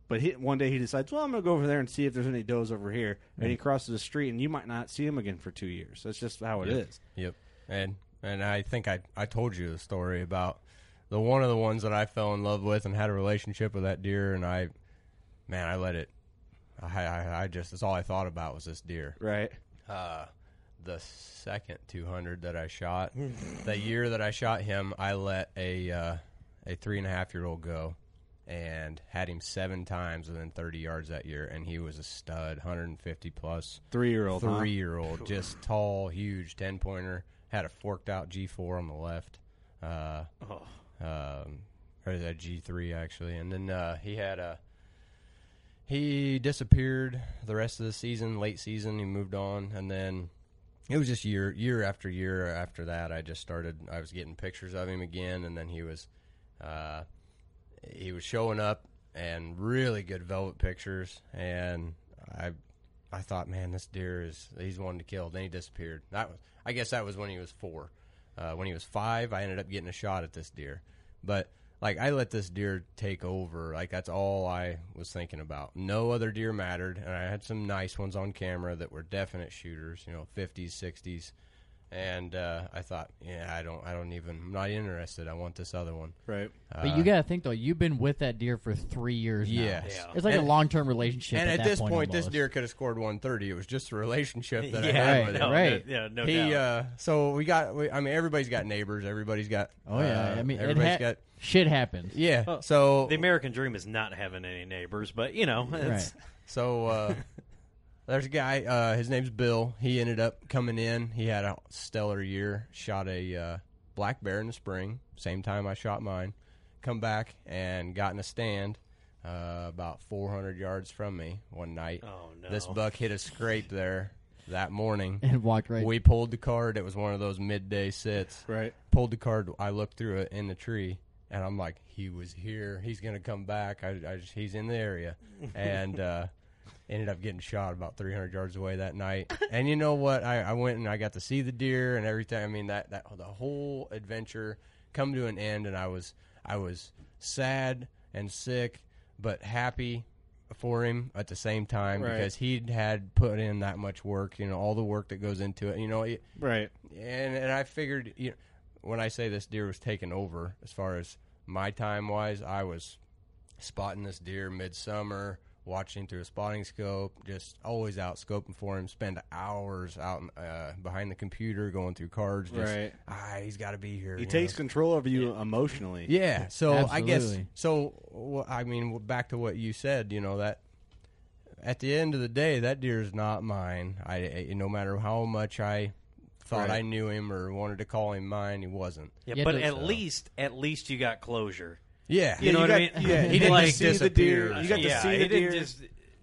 Speaker 5: but he, one day he decides, well, I'm going to go over there and see if there's any does over here, and he crosses the street, and you might not see him again for two years. That's just how it is.
Speaker 3: yep. Yep. And and I think I I told you the story about the one of the ones that I fell in love with and had a relationship with that deer, and I, man, I let it. I I, I just that's all I thought about was this deer.
Speaker 5: Right.
Speaker 3: Uh, the second 200 that I shot, the year that I shot him, I let a uh, a three and a half year old go, and had him seven times within 30 yards that year, and he was a stud, 150 plus.
Speaker 5: Three-year-old, huh?
Speaker 3: Three year old. Just tall, huge 10 pointer. Had a forked out G4 on the left. Uh, um, or that G3, actually. And then uh, he had a. He disappeared the rest of the season, late season. He moved on, and then it was just year year after year after that i just started i was getting pictures of him again and then he was uh, he was showing up and really good velvet pictures and i i thought man this deer is he's one to kill then he disappeared that was i guess that was when he was four uh, when he was five i ended up getting a shot at this deer but like i let this deer take over like that's all i was thinking about no other deer mattered and i had some nice ones on camera that were definite shooters you know 50s 60s and uh, i thought yeah i don't i don't even i'm not interested i want this other one
Speaker 5: right
Speaker 6: But you got to think though, you've been with that deer for three years. now.
Speaker 3: Yes. Yeah.
Speaker 6: it's like
Speaker 3: And-
Speaker 6: a long-term relationship.
Speaker 3: and
Speaker 6: at,
Speaker 3: at,
Speaker 6: that
Speaker 3: this point, this
Speaker 6: almost.
Speaker 3: deer could have scored 130. It was just the relationship that I
Speaker 6: Yeah,
Speaker 3: had
Speaker 6: right,
Speaker 3: with
Speaker 6: no,
Speaker 3: him.
Speaker 6: right.
Speaker 4: yeah, no
Speaker 3: he,
Speaker 4: doubt.
Speaker 3: Uh, so we got. We, I mean, everybody's got neighbors. Everybody's got.
Speaker 6: Oh yeah,
Speaker 3: uh,
Speaker 6: I mean, it
Speaker 3: everybody's
Speaker 6: ha-
Speaker 3: got.
Speaker 6: shit happens.
Speaker 3: Yeah.
Speaker 4: Well,
Speaker 3: so
Speaker 4: Oh, the American dream is not having any neighbors, but you know, it's,
Speaker 3: So uh, there's a guy. Uh, his name's Bill. He ended up coming in. He had a stellar year. Shot a uh, black bear in the spring. Same time I shot mine. Come back and got in a stand uh, about 400 yards from me one night.
Speaker 4: Oh, no.
Speaker 3: This buck hit a scrape there that morning
Speaker 6: And walked right-
Speaker 3: We pulled the card. It was one of those midday sits.
Speaker 5: Right.
Speaker 3: Pulled the card. I looked through it in the tree. And I'm like, he was here. He's gonna come back. I, I just, he's in the area, and uh, ended up getting shot about 300 yards away that night. And you know what? I, I went and I got to see the deer and everything. I mean that that the whole adventure come to an end, and I was I was sad and sick, but happy for him at the same time
Speaker 5: Right.
Speaker 3: because he had put in that much work. You know, all the work that goes into it. You know, it,
Speaker 5: Right.
Speaker 3: and and I figured you know, when I say this deer was taken over as far as my time wise, I was spotting this deer midsummer, watching through a spotting scope, just always out scoping for him. Spend hours out uh, behind the computer going through cards. Just,
Speaker 5: Right.
Speaker 3: Ah, he's got to be here.
Speaker 5: He
Speaker 3: you
Speaker 5: takes
Speaker 3: know?
Speaker 5: control of you emotionally.
Speaker 3: Yeah. So I guess
Speaker 6: Absolutely.
Speaker 3: so. wh- I mean, wh- back to what you said. You know that at the end of the day, that deer is not mine. I, I- no matter how much I thought
Speaker 5: Right.
Speaker 3: I knew him or wanted to call him mine, he wasn't.
Speaker 4: yeah,
Speaker 6: Yeah,
Speaker 4: but
Speaker 6: no,
Speaker 4: at
Speaker 6: so-
Speaker 4: least at least you got closure.
Speaker 3: Yeah.
Speaker 4: You know
Speaker 5: you
Speaker 4: what I
Speaker 5: got-
Speaker 4: mean?
Speaker 5: yeah,
Speaker 4: He
Speaker 5: you
Speaker 4: didn't
Speaker 5: got
Speaker 4: like
Speaker 5: to see the deer.
Speaker 4: disappear.
Speaker 5: You got to
Speaker 4: yeah,
Speaker 5: see
Speaker 4: he
Speaker 5: the
Speaker 4: didn't
Speaker 5: deer.
Speaker 4: just-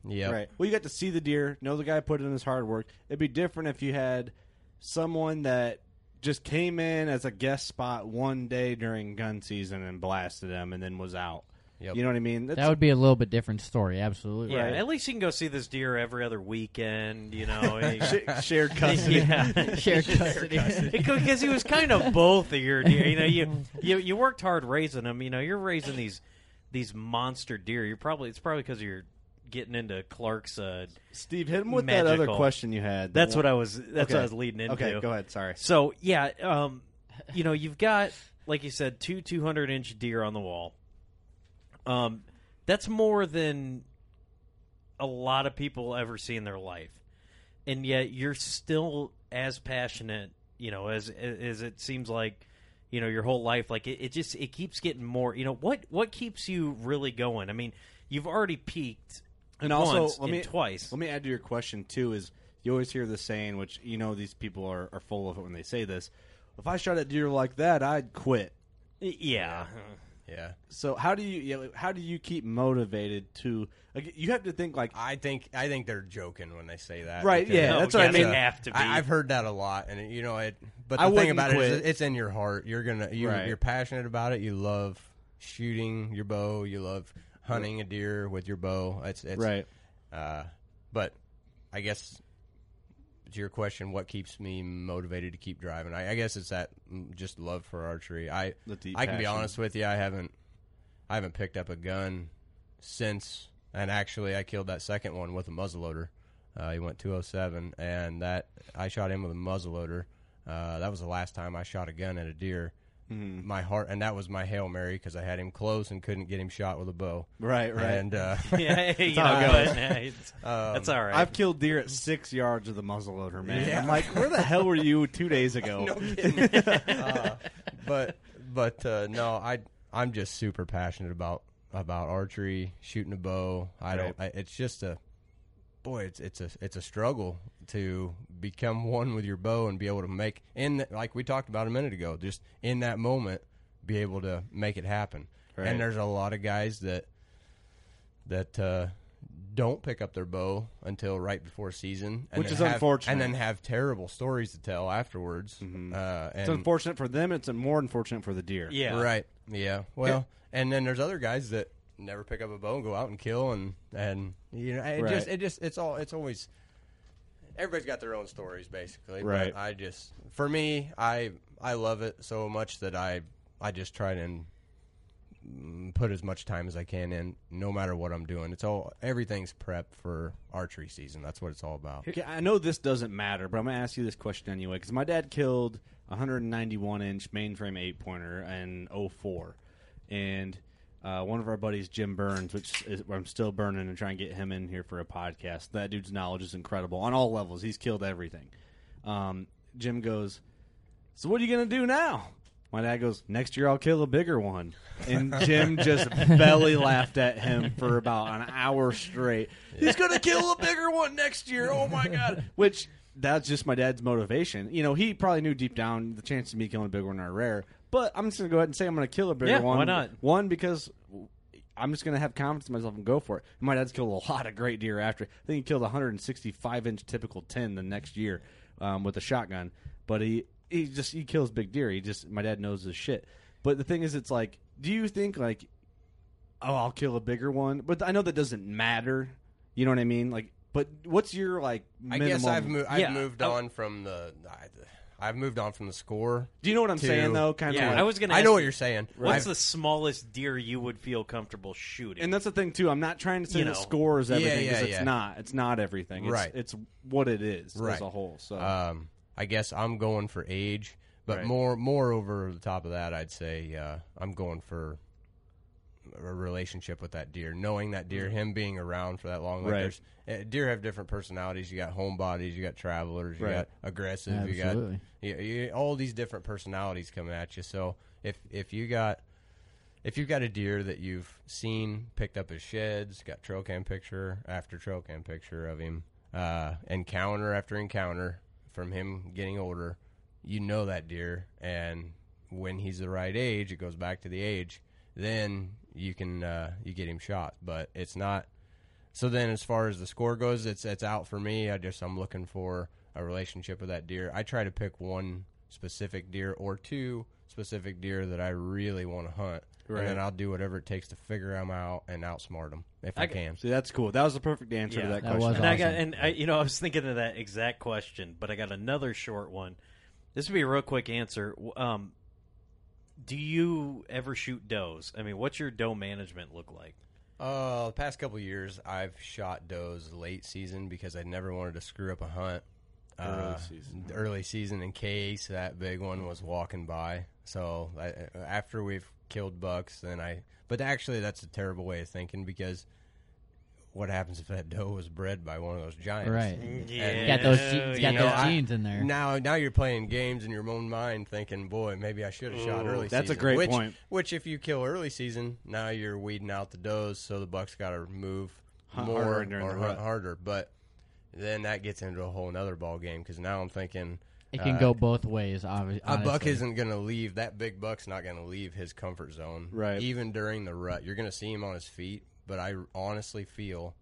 Speaker 3: Yep.
Speaker 5: Right. Well, you got to see the deer, know the guy put in his hard work. It'd be different if you had someone that just came in as a guest spot one day during gun season and blasted him and then was out.
Speaker 3: Yep.
Speaker 5: You know what I mean?
Speaker 6: that would be a little bit different story. Absolutely.
Speaker 4: yeah, at least you can go see this deer every other weekend. You know,
Speaker 5: sh- shared custody.
Speaker 4: yeah.
Speaker 6: Shared custody.
Speaker 4: because he was kind of both of your deer. You know, you, you you worked hard raising them. You know, you're raising these these monster deer. You're probably it's probably because you're getting into Clark's. Uh,
Speaker 5: Steve, hit him with that other
Speaker 4: Magical.
Speaker 5: question you had.
Speaker 4: that's
Speaker 5: The
Speaker 4: what
Speaker 5: one-
Speaker 4: I was. That's what I was leading into.
Speaker 5: Okay, go ahead. Sorry.
Speaker 4: So yeah, um, you know, you've got like you said, two 200 inch deer on the wall. Um, that's more than a lot of people ever see in their life, and yet you're still as passionate, you know, as as it seems like, you know, your whole life. Like it, it just it keeps getting more. You know what what keeps you really going? I mean, you've already peaked.
Speaker 5: and also
Speaker 4: once
Speaker 5: let me
Speaker 4: twice.
Speaker 5: Let me add to your question too: is you always hear the saying, which you know these people are, are full of it when they say this. If I shot at deer like that, I'd quit.
Speaker 4: yeah.
Speaker 3: Yeah.
Speaker 5: So how do you yeah, like, how do you keep motivated to? Like, you have to think like
Speaker 3: I think I think they're joking when they say that.
Speaker 5: Right,
Speaker 3: because-
Speaker 5: yeah,
Speaker 4: No,
Speaker 5: that's what I
Speaker 4: yes,
Speaker 5: mean.
Speaker 4: you have to be.
Speaker 3: I, I've heard that a lot, and it- you know it. But the
Speaker 5: I
Speaker 3: thing
Speaker 5: wouldn't
Speaker 3: about it
Speaker 5: quit.
Speaker 3: is, it's in your heart. You're gonna you're,
Speaker 5: Right.
Speaker 3: you're passionate about it. You love shooting your bow. You love hunting a deer with your bow. It's, it's
Speaker 5: Right.
Speaker 3: Uh, but I guess to your question, what keeps me motivated to keep driving? I, I guess it's that mm, just love for archery. I
Speaker 5: The deep
Speaker 3: I can be
Speaker 5: passion.
Speaker 3: honest with you. I haven't I haven't picked up a gun since, and actually, I killed that second one with a muzzleloader. Uh, he went 207, and that I shot him with a muzzleloader. Uh, that was the last time I shot a gun at a deer.
Speaker 5: Mm-hmm.
Speaker 3: My heart, and that was my hail mary because I had him close and couldn't get him shot with a bow.
Speaker 5: Right, right.
Speaker 3: And uh,
Speaker 4: Yeah, you know,
Speaker 5: how it
Speaker 4: but,
Speaker 5: goes.
Speaker 4: nah, it's- that's all right.
Speaker 5: Um, I've killed deer at six yards with a muzzleloader, man.
Speaker 3: Yeah.
Speaker 5: I'm like, where the hell were you two days ago?
Speaker 3: but but uh, no, I I'm just super passionate about about archery, shooting a bow. I don't. I, it's just a boy. It's it's a it's a struggle to become one with your bow and be able to make in the, like we talked about a minute ago. Just in that moment, be able to make it happen.
Speaker 5: Right.
Speaker 3: And there's a lot of guys that that uh, don't pick up their bow until right before season, and
Speaker 5: Which
Speaker 3: then
Speaker 5: is
Speaker 3: have-
Speaker 5: unfortunate. Mm-hmm.
Speaker 3: And then have terrible stories to tell afterwards. Uh,
Speaker 5: it's
Speaker 3: and-
Speaker 5: unfortunate for them. It's more unfortunate for the deer.
Speaker 3: Right. Yeah. Well, and then there's other guys that never pick up a bow and go out and kill and and you know it
Speaker 5: Right.
Speaker 3: just it just it's all it's always everybody's got their own stories basically. but
Speaker 5: Right.
Speaker 3: I just for me I I love it so much that I I just try and mm, put as much time as I can in no matter what I'm doing. It's all everything's prep for archery season. That's what it's all about.
Speaker 5: Okay, I know this doesn't matter, but I'm going to ask you this question anyway because my dad killed a 191 inch mainframe eight pointer in 04. And uh, one of our buddies, Jim Burns, which is, I'm still burning and trying to get him in here for a podcast. That dude's knowledge is incredible on all levels. He's killed everything. Um, Jim goes, So what are you going to do now? My dad goes, Next year I'll kill a bigger one. And Jim just belly laughed at him for about an hour straight. He's going to kill a bigger one next year. Oh my God. Which that's just my dad's motivation. You know, he probably knew deep down the chances of me killing a bigger one are rare. But I'm just going to go ahead and say I'm going to kill a bigger
Speaker 4: Yeah,
Speaker 5: one.
Speaker 4: why not?
Speaker 5: One, because I'm just going to have confidence in myself and go for it. And my dad's killed a lot of great deer after. I think he killed a 165 inch typical 10 the next year um, with a shotgun. But he he just he kills big deer. He just my dad knows his shit. But the thing is, it's like, do you think like, oh, I'll kill a bigger one? But I know that doesn't matter. You know what I mean? Like, but what's your like?
Speaker 3: I
Speaker 5: Minimum?
Speaker 3: guess I've mo- I've
Speaker 4: Yeah. Oh.
Speaker 3: moved on from the I, I've moved on from the score.
Speaker 5: Do you know what I'm
Speaker 3: to-
Speaker 5: saying though? Kind of.
Speaker 4: Yeah,
Speaker 5: like,
Speaker 4: I was gonna.
Speaker 3: I
Speaker 4: ask
Speaker 3: know what
Speaker 4: you,
Speaker 3: you're saying.
Speaker 4: What's
Speaker 3: I've-
Speaker 4: the smallest deer you would feel comfortable shooting?
Speaker 5: And that's the thing too. I'm not trying to say
Speaker 4: You
Speaker 5: that
Speaker 4: know.
Speaker 5: score is
Speaker 3: Yeah,
Speaker 5: everything
Speaker 3: yeah,
Speaker 5: because it's
Speaker 3: yeah.
Speaker 5: not. It's not everything. It's,
Speaker 3: Right.
Speaker 5: It's what it is as
Speaker 3: Right.
Speaker 5: a whole. So
Speaker 3: Um, I guess I'm going for age, but
Speaker 5: Right.
Speaker 3: more more over the top of that, I'd say uh, I'm going for a relationship with that deer, knowing that deer, him being around for that long.
Speaker 5: Mm-hmm.
Speaker 3: Like
Speaker 5: Right.
Speaker 3: there's uh, deer have different personalities. You got homebodies, you got travelers, you
Speaker 5: Right.
Speaker 3: got aggressive,
Speaker 6: Absolutely.
Speaker 3: you got you, you, all these different personalities coming at you. So if if you got if you've got a deer that you've seen picked up his sheds, got trail cam picture after trail cam picture of him, uh, encounter after encounter from him getting older, you know that deer, and when he's the right age, it goes back to the age. Then you can uh, you get him shot, but it's not. So then, as far as the score goes, it's it's out for me. I just I'm looking for a relationship with that deer. I try to pick one specific deer or two specific deer that I really want to hunt,
Speaker 5: Right.
Speaker 3: and then I'll do whatever it takes to figure them out and outsmart them if I,
Speaker 4: I g-
Speaker 3: can.
Speaker 5: See, that's cool. That was the perfect answer to
Speaker 4: Yeah.
Speaker 5: that,
Speaker 6: That
Speaker 5: question.
Speaker 6: was
Speaker 4: and I got,
Speaker 6: awesome.
Speaker 4: and I, you know, I was thinking of that exact question, but I got another short one. This would be a real quick answer. W- Um, do you ever shoot does? I mean, what's your doe management look like?
Speaker 3: Uh, the past couple years, I've shot does late season because I never wanted to screw up a hunt. Uh,
Speaker 5: Early season.
Speaker 3: the early season in case that big one was walking by. So I, after we've killed bucks, then I. But actually, that's a terrible way of thinking because what happens if that doe was bred by one of those giants?
Speaker 6: Right.
Speaker 5: Mm,
Speaker 3: Yeah.
Speaker 6: Got those, ge- got
Speaker 3: You know,
Speaker 6: those
Speaker 3: I-
Speaker 6: genes in there.
Speaker 3: Now, now you're playing games in your own mind, thinking, "Boy, maybe I should have shot early."
Speaker 5: that's a
Speaker 3: season.
Speaker 5: great
Speaker 3: which,
Speaker 5: point.
Speaker 3: Which, if you kill early season, now you're weeding out the does, so the buck's got to move
Speaker 5: Hunt
Speaker 3: more
Speaker 5: harder during
Speaker 3: or
Speaker 5: the rut.
Speaker 3: hunt harder. But then that gets into a whole other ball game because now I'm thinking
Speaker 6: it can
Speaker 3: uh,
Speaker 6: go both ways. Obviously,
Speaker 3: a buck isn't going to leave. That big buck's not going to leave his comfort zone.
Speaker 5: Right.
Speaker 3: Even during the rut, you're going to see him on his feet. But I honestly feel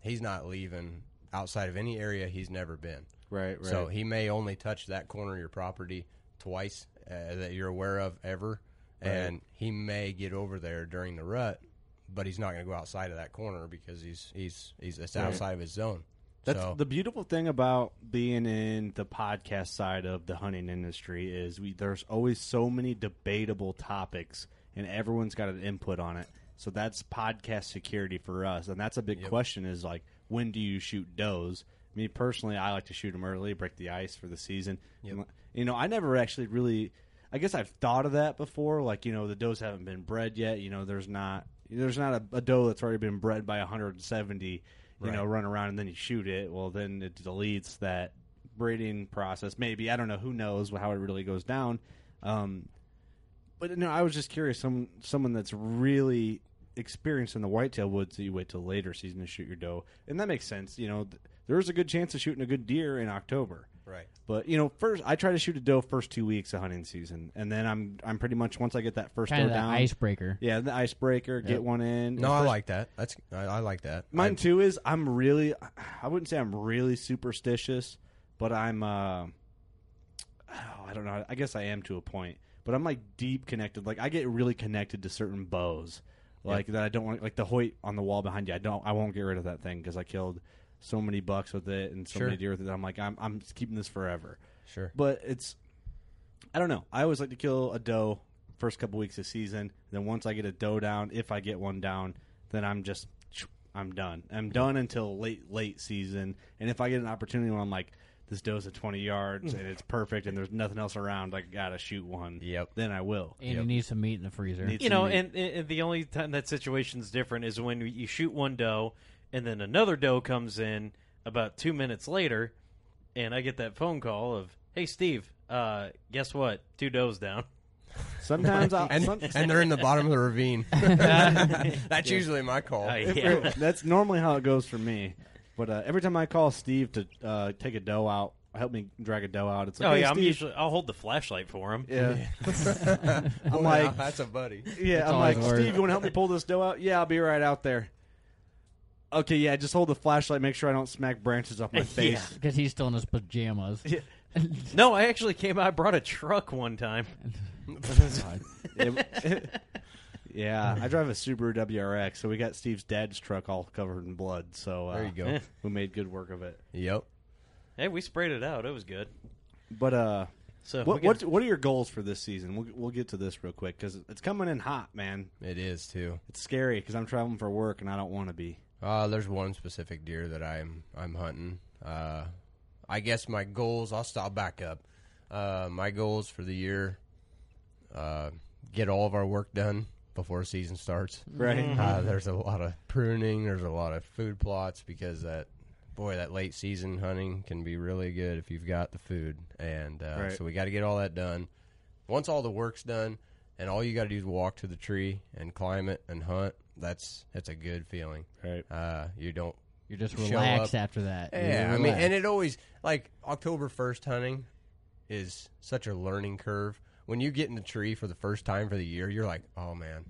Speaker 3: he's not leaving outside of any area he's never been.
Speaker 5: Right, right.
Speaker 3: So he may only touch that corner of your property twice uh, that you're aware of ever, and he may get over there during the rut, but he's not going to go outside of that corner because he's he's he's it's outside of his zone.
Speaker 5: That's
Speaker 3: so,
Speaker 5: the beautiful thing about being in the podcast side of the hunting industry is we there's always so many debatable topics and everyone's got an input on it. So that's podcast security for us, and that's a big question: is like when do you shoot does? Me personally, I like to shoot them early, break the ice for the season. You know, I never actually really. I guess I've thought of that before. Like you know, the does haven't been bred yet. You know, there's not there's not a, a doe that's already been bred by 170 you know, run around and then you shoot it, well, then it deletes that breeding process. Maybe I don't know. Who knows how it really goes down? Um, but no, I was just curious. Some someone that's really experience in the whitetail woods that you wait till later season to shoot your doe, and that makes sense. You know, th- there's a good chance of shooting a good deer in October.
Speaker 3: Right.
Speaker 5: But you know, first I try to shoot a doe first two weeks of hunting season, and then I'm I'm pretty much once I get that first
Speaker 6: Kinda
Speaker 5: doe
Speaker 6: the
Speaker 5: down,
Speaker 6: icebreaker.
Speaker 5: Yeah, the icebreaker, get one in. And
Speaker 3: No, I
Speaker 5: first-
Speaker 3: like that. That's I, I like that.
Speaker 5: Mine
Speaker 3: I-
Speaker 5: too is I'm really I wouldn't say I'm really superstitious, but I'm uh oh, I don't know. I guess I am to a point, but I'm like deep connected. Like I get really connected to certain bows. Like that I don't want like the Hoyt on the wall behind you. I don't I won't get rid of that thing cuz I killed so many bucks with it and so
Speaker 3: Sure.
Speaker 5: many deer with it. I'm like I'm I'm keeping this forever.
Speaker 3: Sure.
Speaker 5: But it's I don't know. I always like to kill a doe first couple weeks of season. Then once I get a doe down, if I get one down, then I'm just I'm done. I'm done until late late season. And if I get an opportunity when I'm like this doe's at 20 yards and it's perfect and there's nothing else around, I gotta shoot one.
Speaker 3: Yep.
Speaker 5: Then I will.
Speaker 6: And you need some meat in the freezer.
Speaker 5: Needs-
Speaker 4: you know,
Speaker 5: It's
Speaker 4: and, and the only time that situation's different is when you shoot one doe, and then another doe comes in about two minutes later, and I get that phone call of, "Hey, Steve, uh, guess what? Two does down."
Speaker 5: Sometimes I'll.
Speaker 3: and,
Speaker 5: Uh, some-
Speaker 3: and they're in the bottom of the ravine. That's usually my call.
Speaker 4: Uh,
Speaker 3: Right.
Speaker 4: yeah.
Speaker 5: That's normally how it goes for me. But uh, every time I call Steve to uh, take a doe out, help me drag a doe out, it's like,
Speaker 4: oh
Speaker 5: "Hey,
Speaker 4: yeah, I'm
Speaker 5: Steve."
Speaker 4: usually I'll hold the flashlight for him.
Speaker 5: Yeah.
Speaker 3: Oh,
Speaker 5: I'm
Speaker 3: wow,
Speaker 5: like,
Speaker 3: that's a buddy.
Speaker 5: Yeah,
Speaker 6: It's
Speaker 5: I'm
Speaker 6: always
Speaker 5: like,
Speaker 6: hard.
Speaker 5: Steve, you want to help me pull this dough out? Yeah, I'll be right out there. Okay, yeah, just hold the flashlight, make sure I don't smack branches off my face.
Speaker 6: Because he's still in his pajamas.
Speaker 5: Yeah.
Speaker 4: No, I actually came. I brought a truck one time.
Speaker 5: Yeah. Yeah, I drive a Subaru WRX, so we got Steve's dad's truck all covered in blood. So uh,
Speaker 3: There you go.
Speaker 5: We made good work of it.
Speaker 3: Yep.
Speaker 4: Hey, we sprayed it out. It was good.
Speaker 5: But uh,
Speaker 4: So
Speaker 5: what
Speaker 4: we
Speaker 5: what
Speaker 4: got-
Speaker 5: what are your goals for this season? We'll we'll get to this real quick because it's coming in hot, man.
Speaker 3: It is too.
Speaker 5: It's scary because I'm traveling for work and I don't want to be.
Speaker 3: Uh, there's one specific deer that I'm I'm hunting. Uh, I guess my goals. I'll stop back up. Uh, my goals for the year: uh, get all of our work done before season starts.
Speaker 5: Right. Mm-hmm.
Speaker 3: Uh, there's a lot of pruning. There's a lot of food plots because that boy that late season hunting can be really good if you've got the food. And uh,
Speaker 5: Right.
Speaker 3: so we got to get all that done. Once all the work's done, and all you got to do is walk to the tree and climb it and hunt. That's that's a good feeling.
Speaker 5: Right.
Speaker 3: Uh, you don't.
Speaker 6: You're just
Speaker 3: Show
Speaker 6: relaxed
Speaker 3: up.
Speaker 6: after that. You're
Speaker 3: Yeah, I mean,
Speaker 6: relaxed.
Speaker 3: and it always like October first hunting is such a learning curve. When you get in the tree for the first time for the year, you're like, oh man,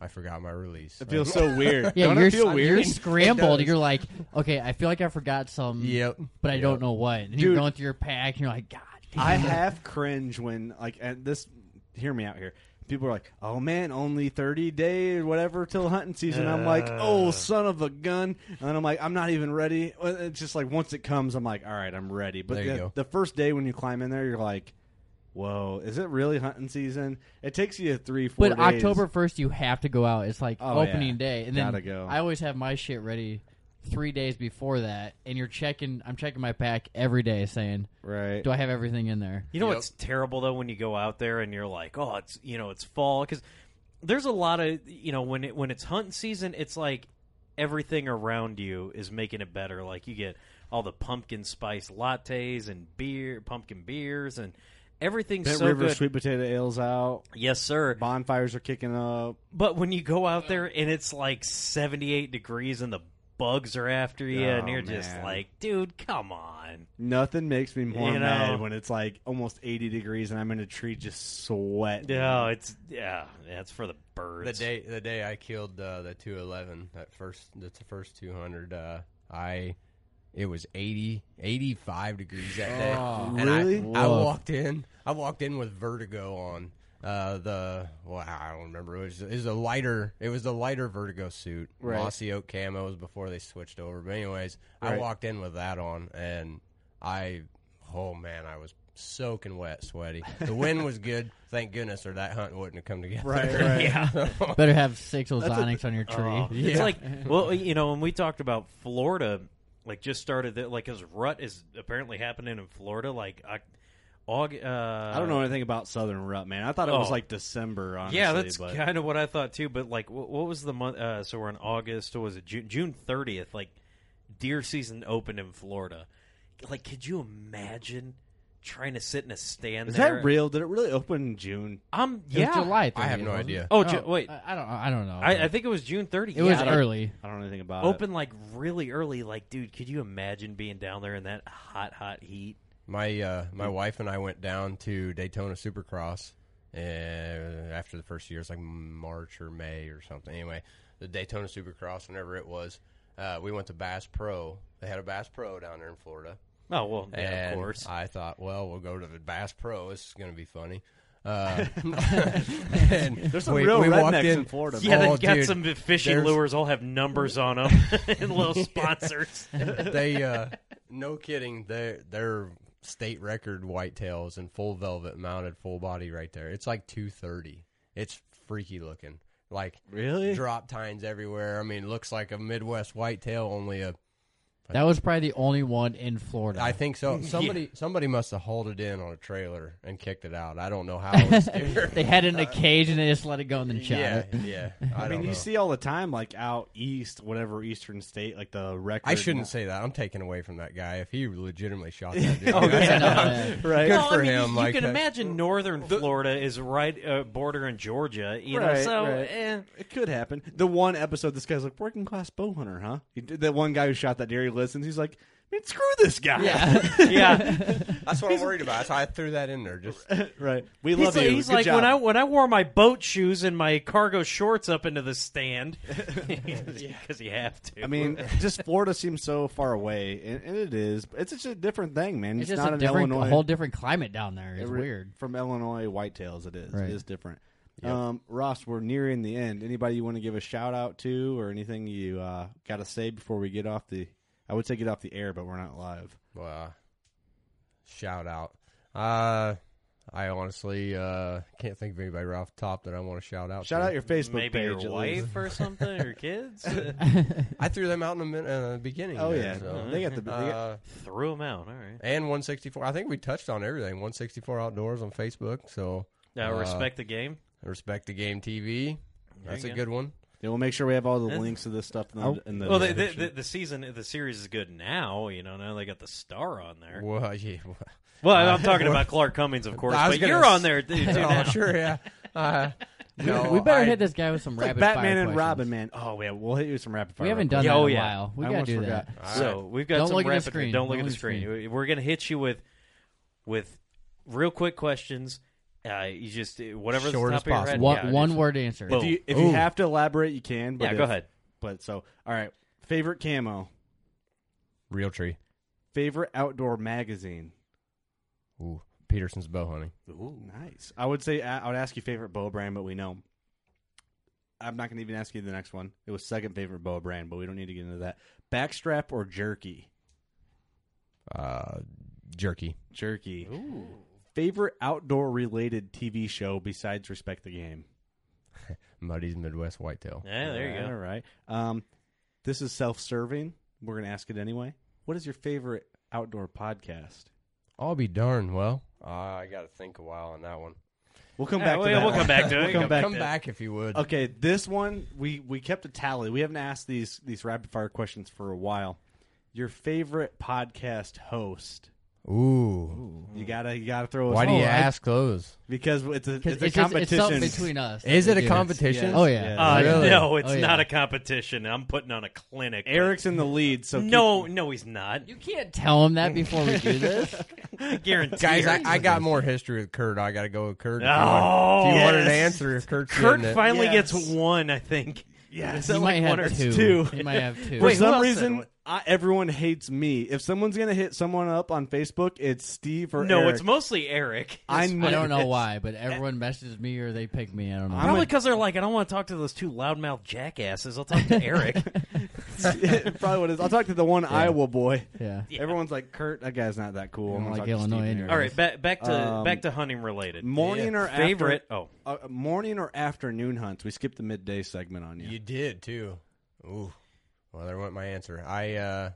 Speaker 3: I forgot my release.
Speaker 5: It feels so weird.
Speaker 6: yeah,
Speaker 5: don't
Speaker 6: you're,
Speaker 5: it feel
Speaker 6: s-
Speaker 5: weird?
Speaker 6: you're scrambled.
Speaker 3: does.
Speaker 6: You're like, okay, I feel like I forgot some,
Speaker 3: Yep.
Speaker 6: but I
Speaker 3: Yep.
Speaker 6: don't know what. And
Speaker 5: Dude.
Speaker 6: you're going through your pack, and you're like, God.
Speaker 5: I
Speaker 6: damn it.
Speaker 5: half cringe when like and this. Hear me out here. People are like, "Oh man, only thirty days, whatever, till hunting season." I'm like, "Oh son of a gun!" And then I'm like, "I'm not even ready." Well, It's just like once it comes, I'm like, "All right, I'm ready." But
Speaker 3: There you
Speaker 5: the,
Speaker 3: go.
Speaker 5: the first day when you climb in there, you're like, "Whoa, is it really hunting season?" It takes you three, four.
Speaker 6: But
Speaker 5: days.
Speaker 6: October first, you have to go out. It's like
Speaker 5: Oh,
Speaker 6: opening
Speaker 5: yeah.
Speaker 6: day, and then
Speaker 5: Gotta go.
Speaker 6: I always have my shit ready three days before that. And you're checking. I'm checking my pack every day, saying,
Speaker 5: right?
Speaker 6: "Do I have everything in there?"
Speaker 4: You know
Speaker 3: Yep.
Speaker 4: what's terrible though when you go out there and you're like, oh, it's you know it's fall because there's a lot of you know when it when it's hunting season, it's like everything around you is making it better. Like you get all the pumpkin spice lattes and beer, pumpkin beers, and everything's
Speaker 5: Bent
Speaker 4: so
Speaker 5: River
Speaker 4: good.
Speaker 5: sweet potato ales out.
Speaker 4: yes, sir.
Speaker 5: Bonfires are kicking up.
Speaker 4: But when you go out there and it's like 78 degrees and the bugs are after you, and
Speaker 5: Oh,
Speaker 4: you're just
Speaker 5: man.
Speaker 4: like, dude, come on.
Speaker 5: Nothing makes me more
Speaker 4: You know.
Speaker 5: mad when it's like almost 80 degrees and I'm in a tree just sweating.
Speaker 4: No, it's yeah, that's for the birds.
Speaker 3: The day the day I killed uh, the 211, that first that's the first 200, uh, I it was 80 85 degrees that day. and
Speaker 5: Oh, really?
Speaker 3: I, I
Speaker 5: Whoa.
Speaker 3: walked in. I walked in with vertigo on. Uh, the well, I don't remember. It was, it was a lighter. It was the lighter vertigo suit,
Speaker 5: Right.
Speaker 3: mossy oak camos before they switched over. But anyways, I
Speaker 5: Right.
Speaker 3: walked in with that on, and I, oh man, I was soaking wet, sweaty. The wind was good, thank goodness, or that hunt wouldn't have come together.
Speaker 5: Right, right.
Speaker 6: Better have six ozonics on your tree.
Speaker 4: Oh, It's like, well, you know, when we talked about Florida, like just started that, like, because rut is apparently happening in Florida, like, August. Uh,
Speaker 5: I don't know anything about Southern Rut, man. I thought it was
Speaker 4: Oh.
Speaker 5: like December, honestly.
Speaker 4: yeah, that's
Speaker 5: but
Speaker 4: kind of what I thought too. But like, what, what was the month? Uh, so we're in August. Or was it June? June thirtieth. Like, deer season opened in Florida. Like, could you imagine trying to sit in a stand.
Speaker 5: Is
Speaker 4: there.
Speaker 5: that real? Did it really open in June?
Speaker 4: Um,
Speaker 6: It was
Speaker 4: yeah,
Speaker 6: July 30th,
Speaker 3: I have no
Speaker 6: wasn't it?
Speaker 3: idea.
Speaker 4: Oh, Ju- wait.
Speaker 6: I, I don't. I don't know.
Speaker 4: I, I think it was June 30th.
Speaker 6: it was
Speaker 4: Yeah.
Speaker 6: early.
Speaker 5: I don't know anything
Speaker 3: Uh,
Speaker 5: about
Speaker 4: Open like really early. Like, dude, could you imagine being down there in that hot, hot heat?
Speaker 3: My uh, my wife and I went down to Daytona Supercross uh, after the first year. It's like March or May or something. Anyway, the Daytona Supercross, whenever it was, uh, we went to Bass Pro. They had a Bass Pro down there in Florida.
Speaker 4: Oh well, yeah,
Speaker 3: and
Speaker 4: of course.
Speaker 3: I thought, well, we'll go to the Bass Pro. This is going to be funny. Uh, and
Speaker 5: There's some
Speaker 3: we-
Speaker 5: real
Speaker 3: we walked
Speaker 5: rednecks in,
Speaker 3: in-
Speaker 5: Florida.
Speaker 4: yeah,
Speaker 3: Oh,
Speaker 4: they've got
Speaker 3: dude,
Speaker 4: some fishing
Speaker 3: there's-
Speaker 4: lures. All have numbers on them and little sponsors.
Speaker 3: they uh no kidding their their state record whitetails in full velvet mounted full body right there it's like 230 it's freaky looking like
Speaker 5: Really?
Speaker 3: drop tines everywhere i mean looks like a midwest whitetail only a
Speaker 6: That was probably the only one in Florida.
Speaker 3: i think so somebody somebody must have hauled it in on a trailer and kicked it out i don't know how it was there.
Speaker 6: they had it in a cage and they just let it go and then shot
Speaker 3: yeah
Speaker 6: it.
Speaker 3: yeah i,
Speaker 5: I,
Speaker 3: don't
Speaker 5: mean,
Speaker 3: know.
Speaker 5: you see all the time, like out east, whatever eastern state, like the record.
Speaker 3: I shouldn't say that. I'm taking away from that guy if he legitimately shot that dude.
Speaker 5: right.
Speaker 3: Good
Speaker 4: Well,
Speaker 3: for
Speaker 4: I mean,
Speaker 3: him,
Speaker 4: you- You,
Speaker 3: like
Speaker 4: can
Speaker 3: that.
Speaker 4: imagine northern Florida is right uh, border in Georgia. You know,
Speaker 5: Right,
Speaker 4: so
Speaker 5: right.
Speaker 4: eh.
Speaker 5: It could happen. The one episode, this guy's like working class bow hunter, huh? He did that one guy who shot that deer. He listens. He's like, man, screw this guy.
Speaker 4: yeah.
Speaker 3: That's what I'm worried about. That's why I threw that in there. Just
Speaker 5: right. We
Speaker 4: He's
Speaker 5: love
Speaker 4: like,
Speaker 5: you.
Speaker 4: he's
Speaker 5: Good
Speaker 4: like
Speaker 5: job.
Speaker 4: when I when I wore my boat shoes and my cargo shorts up into the stand because you have to.
Speaker 5: I mean, just Florida seems so far away, and, and it is. It's just a different thing, man.
Speaker 6: It's
Speaker 5: It's
Speaker 6: just
Speaker 5: not
Speaker 6: a
Speaker 5: an
Speaker 6: different,
Speaker 5: Illinois.
Speaker 6: a whole different climate down there.
Speaker 5: It
Speaker 6: It's
Speaker 5: re-
Speaker 6: weird.
Speaker 5: From Illinois whitetails, it is.
Speaker 6: Right.
Speaker 5: It is different. Um, Ross, we're nearing the end. Anybody you want to give a shout out to, or anything you uh, got to say before we get off the? I would say get off the air, but we're not live.
Speaker 3: Wow. Shout out. Uh, I honestly uh, can't think of anybody right off the top that I want to shout out.
Speaker 5: Shout
Speaker 3: to.
Speaker 5: out your Facebook
Speaker 4: maybe
Speaker 5: page.
Speaker 4: your
Speaker 5: at least.
Speaker 4: wife or something or kids uh,
Speaker 3: I threw them out in the, min- uh, beginning.
Speaker 5: Oh
Speaker 3: there,
Speaker 5: yeah,
Speaker 3: so.
Speaker 5: they got the. They got,
Speaker 3: Uh,
Speaker 4: threw them out. All right.
Speaker 3: and 164. I think we touched on everything. 164 Outdoors on Facebook. So
Speaker 4: Now
Speaker 3: Uh,
Speaker 4: respect the game.
Speaker 3: respect the game TV.
Speaker 4: There
Speaker 3: That's
Speaker 4: you
Speaker 3: a
Speaker 4: go.
Speaker 3: good one.
Speaker 5: yeah, we'll make sure we have all the
Speaker 4: That's-
Speaker 5: links to this stuff in the.
Speaker 6: Oh.
Speaker 5: in the
Speaker 4: Well, the, the,
Speaker 5: description.
Speaker 4: the, the season, the series is good now. You know, now they got the star on there.
Speaker 3: Well, yeah.
Speaker 4: Well, I'm talking about Clark Cummings, of course,
Speaker 3: I was
Speaker 4: but
Speaker 3: gonna
Speaker 4: you're on
Speaker 3: s-
Speaker 4: there too.
Speaker 3: oh,
Speaker 4: too now.
Speaker 3: sure, yeah. Uh, no,
Speaker 6: we better
Speaker 3: I-
Speaker 6: hit this guy with some
Speaker 5: It's like
Speaker 6: rapid fire
Speaker 5: Batman and
Speaker 6: questions.
Speaker 5: Robin, man. Oh yeah, we'll hit you with some rapid fire.
Speaker 6: We haven't
Speaker 5: real
Speaker 6: done
Speaker 4: Yeah,
Speaker 6: that
Speaker 4: oh,
Speaker 6: in a
Speaker 4: yeah.
Speaker 6: while. We
Speaker 5: I
Speaker 6: gotta
Speaker 5: almost
Speaker 6: do
Speaker 5: forgot.
Speaker 6: that.
Speaker 4: So we've got
Speaker 6: Don't
Speaker 4: some
Speaker 6: look at the
Speaker 4: rapid.
Speaker 6: screen.
Speaker 4: Don't look at the screen. We're gonna hit you with with real quick questions. Uh, you just whatever
Speaker 3: Short
Speaker 4: the
Speaker 3: as
Speaker 4: top of your head.
Speaker 3: possible.
Speaker 6: One,
Speaker 4: yeah,
Speaker 6: one
Speaker 4: just-
Speaker 6: word answer.
Speaker 4: Boom.
Speaker 5: quick. If you, if
Speaker 6: Ooh.
Speaker 5: you have to elaborate, you can. But
Speaker 4: Yeah,
Speaker 5: if,
Speaker 4: go ahead.
Speaker 5: But so, all right. Favorite camo.
Speaker 3: Real tree.
Speaker 5: Favorite outdoor magazine.
Speaker 3: Ooh, Peterson's bow hunting.
Speaker 5: Nice. I would say I I would ask you favorite bow brand, but we know. I'm not going to even ask you the next one. It was second favorite bow brand, but we don't need to get into that. Backstrap or jerky?
Speaker 3: Uh, jerky.
Speaker 5: Jerky. Favorite outdoor related TV show besides Respect the Game?
Speaker 3: Muddy's Midwest Whitetail.
Speaker 4: Yeah, there you
Speaker 5: All
Speaker 4: go.
Speaker 5: right. Um, this is self serving. We're going to ask it anyway. What is your favorite outdoor podcast?
Speaker 3: I'll be darned. Well, uh, I got to think a while on that one.
Speaker 5: We'll come
Speaker 4: Yeah,
Speaker 5: back
Speaker 4: well,
Speaker 5: to
Speaker 4: yeah,
Speaker 5: that.
Speaker 4: we'll come back to it.
Speaker 5: We'll come back
Speaker 3: Come
Speaker 5: to it.
Speaker 3: back if you would.
Speaker 5: Okay, this one we we kept a tally. We haven't asked these these rapid fire questions for a while. Your favorite podcast host?
Speaker 3: Ooh.
Speaker 5: You gotta you gotta throw. us
Speaker 3: Why do
Speaker 5: off.
Speaker 3: you
Speaker 6: Oh, I-
Speaker 3: ask those?
Speaker 5: Because it's a it's, a
Speaker 6: 'Cause it's just- it's
Speaker 5: competition
Speaker 6: something between us.
Speaker 3: Is
Speaker 6: that
Speaker 3: it a
Speaker 6: we do.
Speaker 3: competition?
Speaker 6: Oh yeah.
Speaker 5: Yeah.
Speaker 4: Uh,
Speaker 3: Really?
Speaker 4: No, it's
Speaker 6: Oh, yeah.
Speaker 4: not a competition. I'm putting on a clinic.
Speaker 5: Eric's in the lead, so keep-
Speaker 4: no, no, he's not.
Speaker 6: You can't tell him that before we do this.
Speaker 4: I guarantee.
Speaker 3: Guys, I,
Speaker 4: it.
Speaker 3: I got more history with Kurt. I got to go with Kurt. if you
Speaker 4: Oh,
Speaker 3: want- if you wanted an
Speaker 4: yes.
Speaker 3: answer, if Kurt's
Speaker 4: Kurt
Speaker 3: getting it.
Speaker 4: finally
Speaker 5: Yes.
Speaker 4: gets one. I think. Yeah,
Speaker 6: he might
Speaker 4: one or
Speaker 6: have two.
Speaker 5: two.
Speaker 6: He might have two.
Speaker 5: For
Speaker 4: Wait, who
Speaker 5: some
Speaker 4: else
Speaker 5: reason,
Speaker 4: said-
Speaker 5: I, everyone hates me. If someone's gonna hit someone up on Facebook, it's Steve or
Speaker 4: No,
Speaker 5: Eric.
Speaker 4: it's mostly Eric.
Speaker 5: I,
Speaker 6: I don't know
Speaker 5: this.
Speaker 6: why, but everyone messages me or they pick me. I don't know.
Speaker 5: I'm
Speaker 4: Probably
Speaker 5: a-
Speaker 4: because they're like, I don't want to talk to those two loudmouth jackasses. I'll talk to Eric.
Speaker 5: Probably what it is. I'll talk to the one Iowa boy.
Speaker 6: yeah.
Speaker 5: Everyone's like Kurt. That guy's not that cool.
Speaker 6: I
Speaker 5: I'm
Speaker 6: don't
Speaker 5: gonna
Speaker 6: like
Speaker 5: talk to Steve
Speaker 6: Illinois
Speaker 5: and
Speaker 6: anyway.
Speaker 5: Eric.
Speaker 4: All right, back back to
Speaker 5: Um,
Speaker 4: back to hunting related.
Speaker 5: Morning or after-
Speaker 4: favorite? Oh,
Speaker 5: uh, morning or afternoon hunts. We skipped the midday segment on you.
Speaker 3: You did, too. Ooh. Well, there went my answer. I, uh,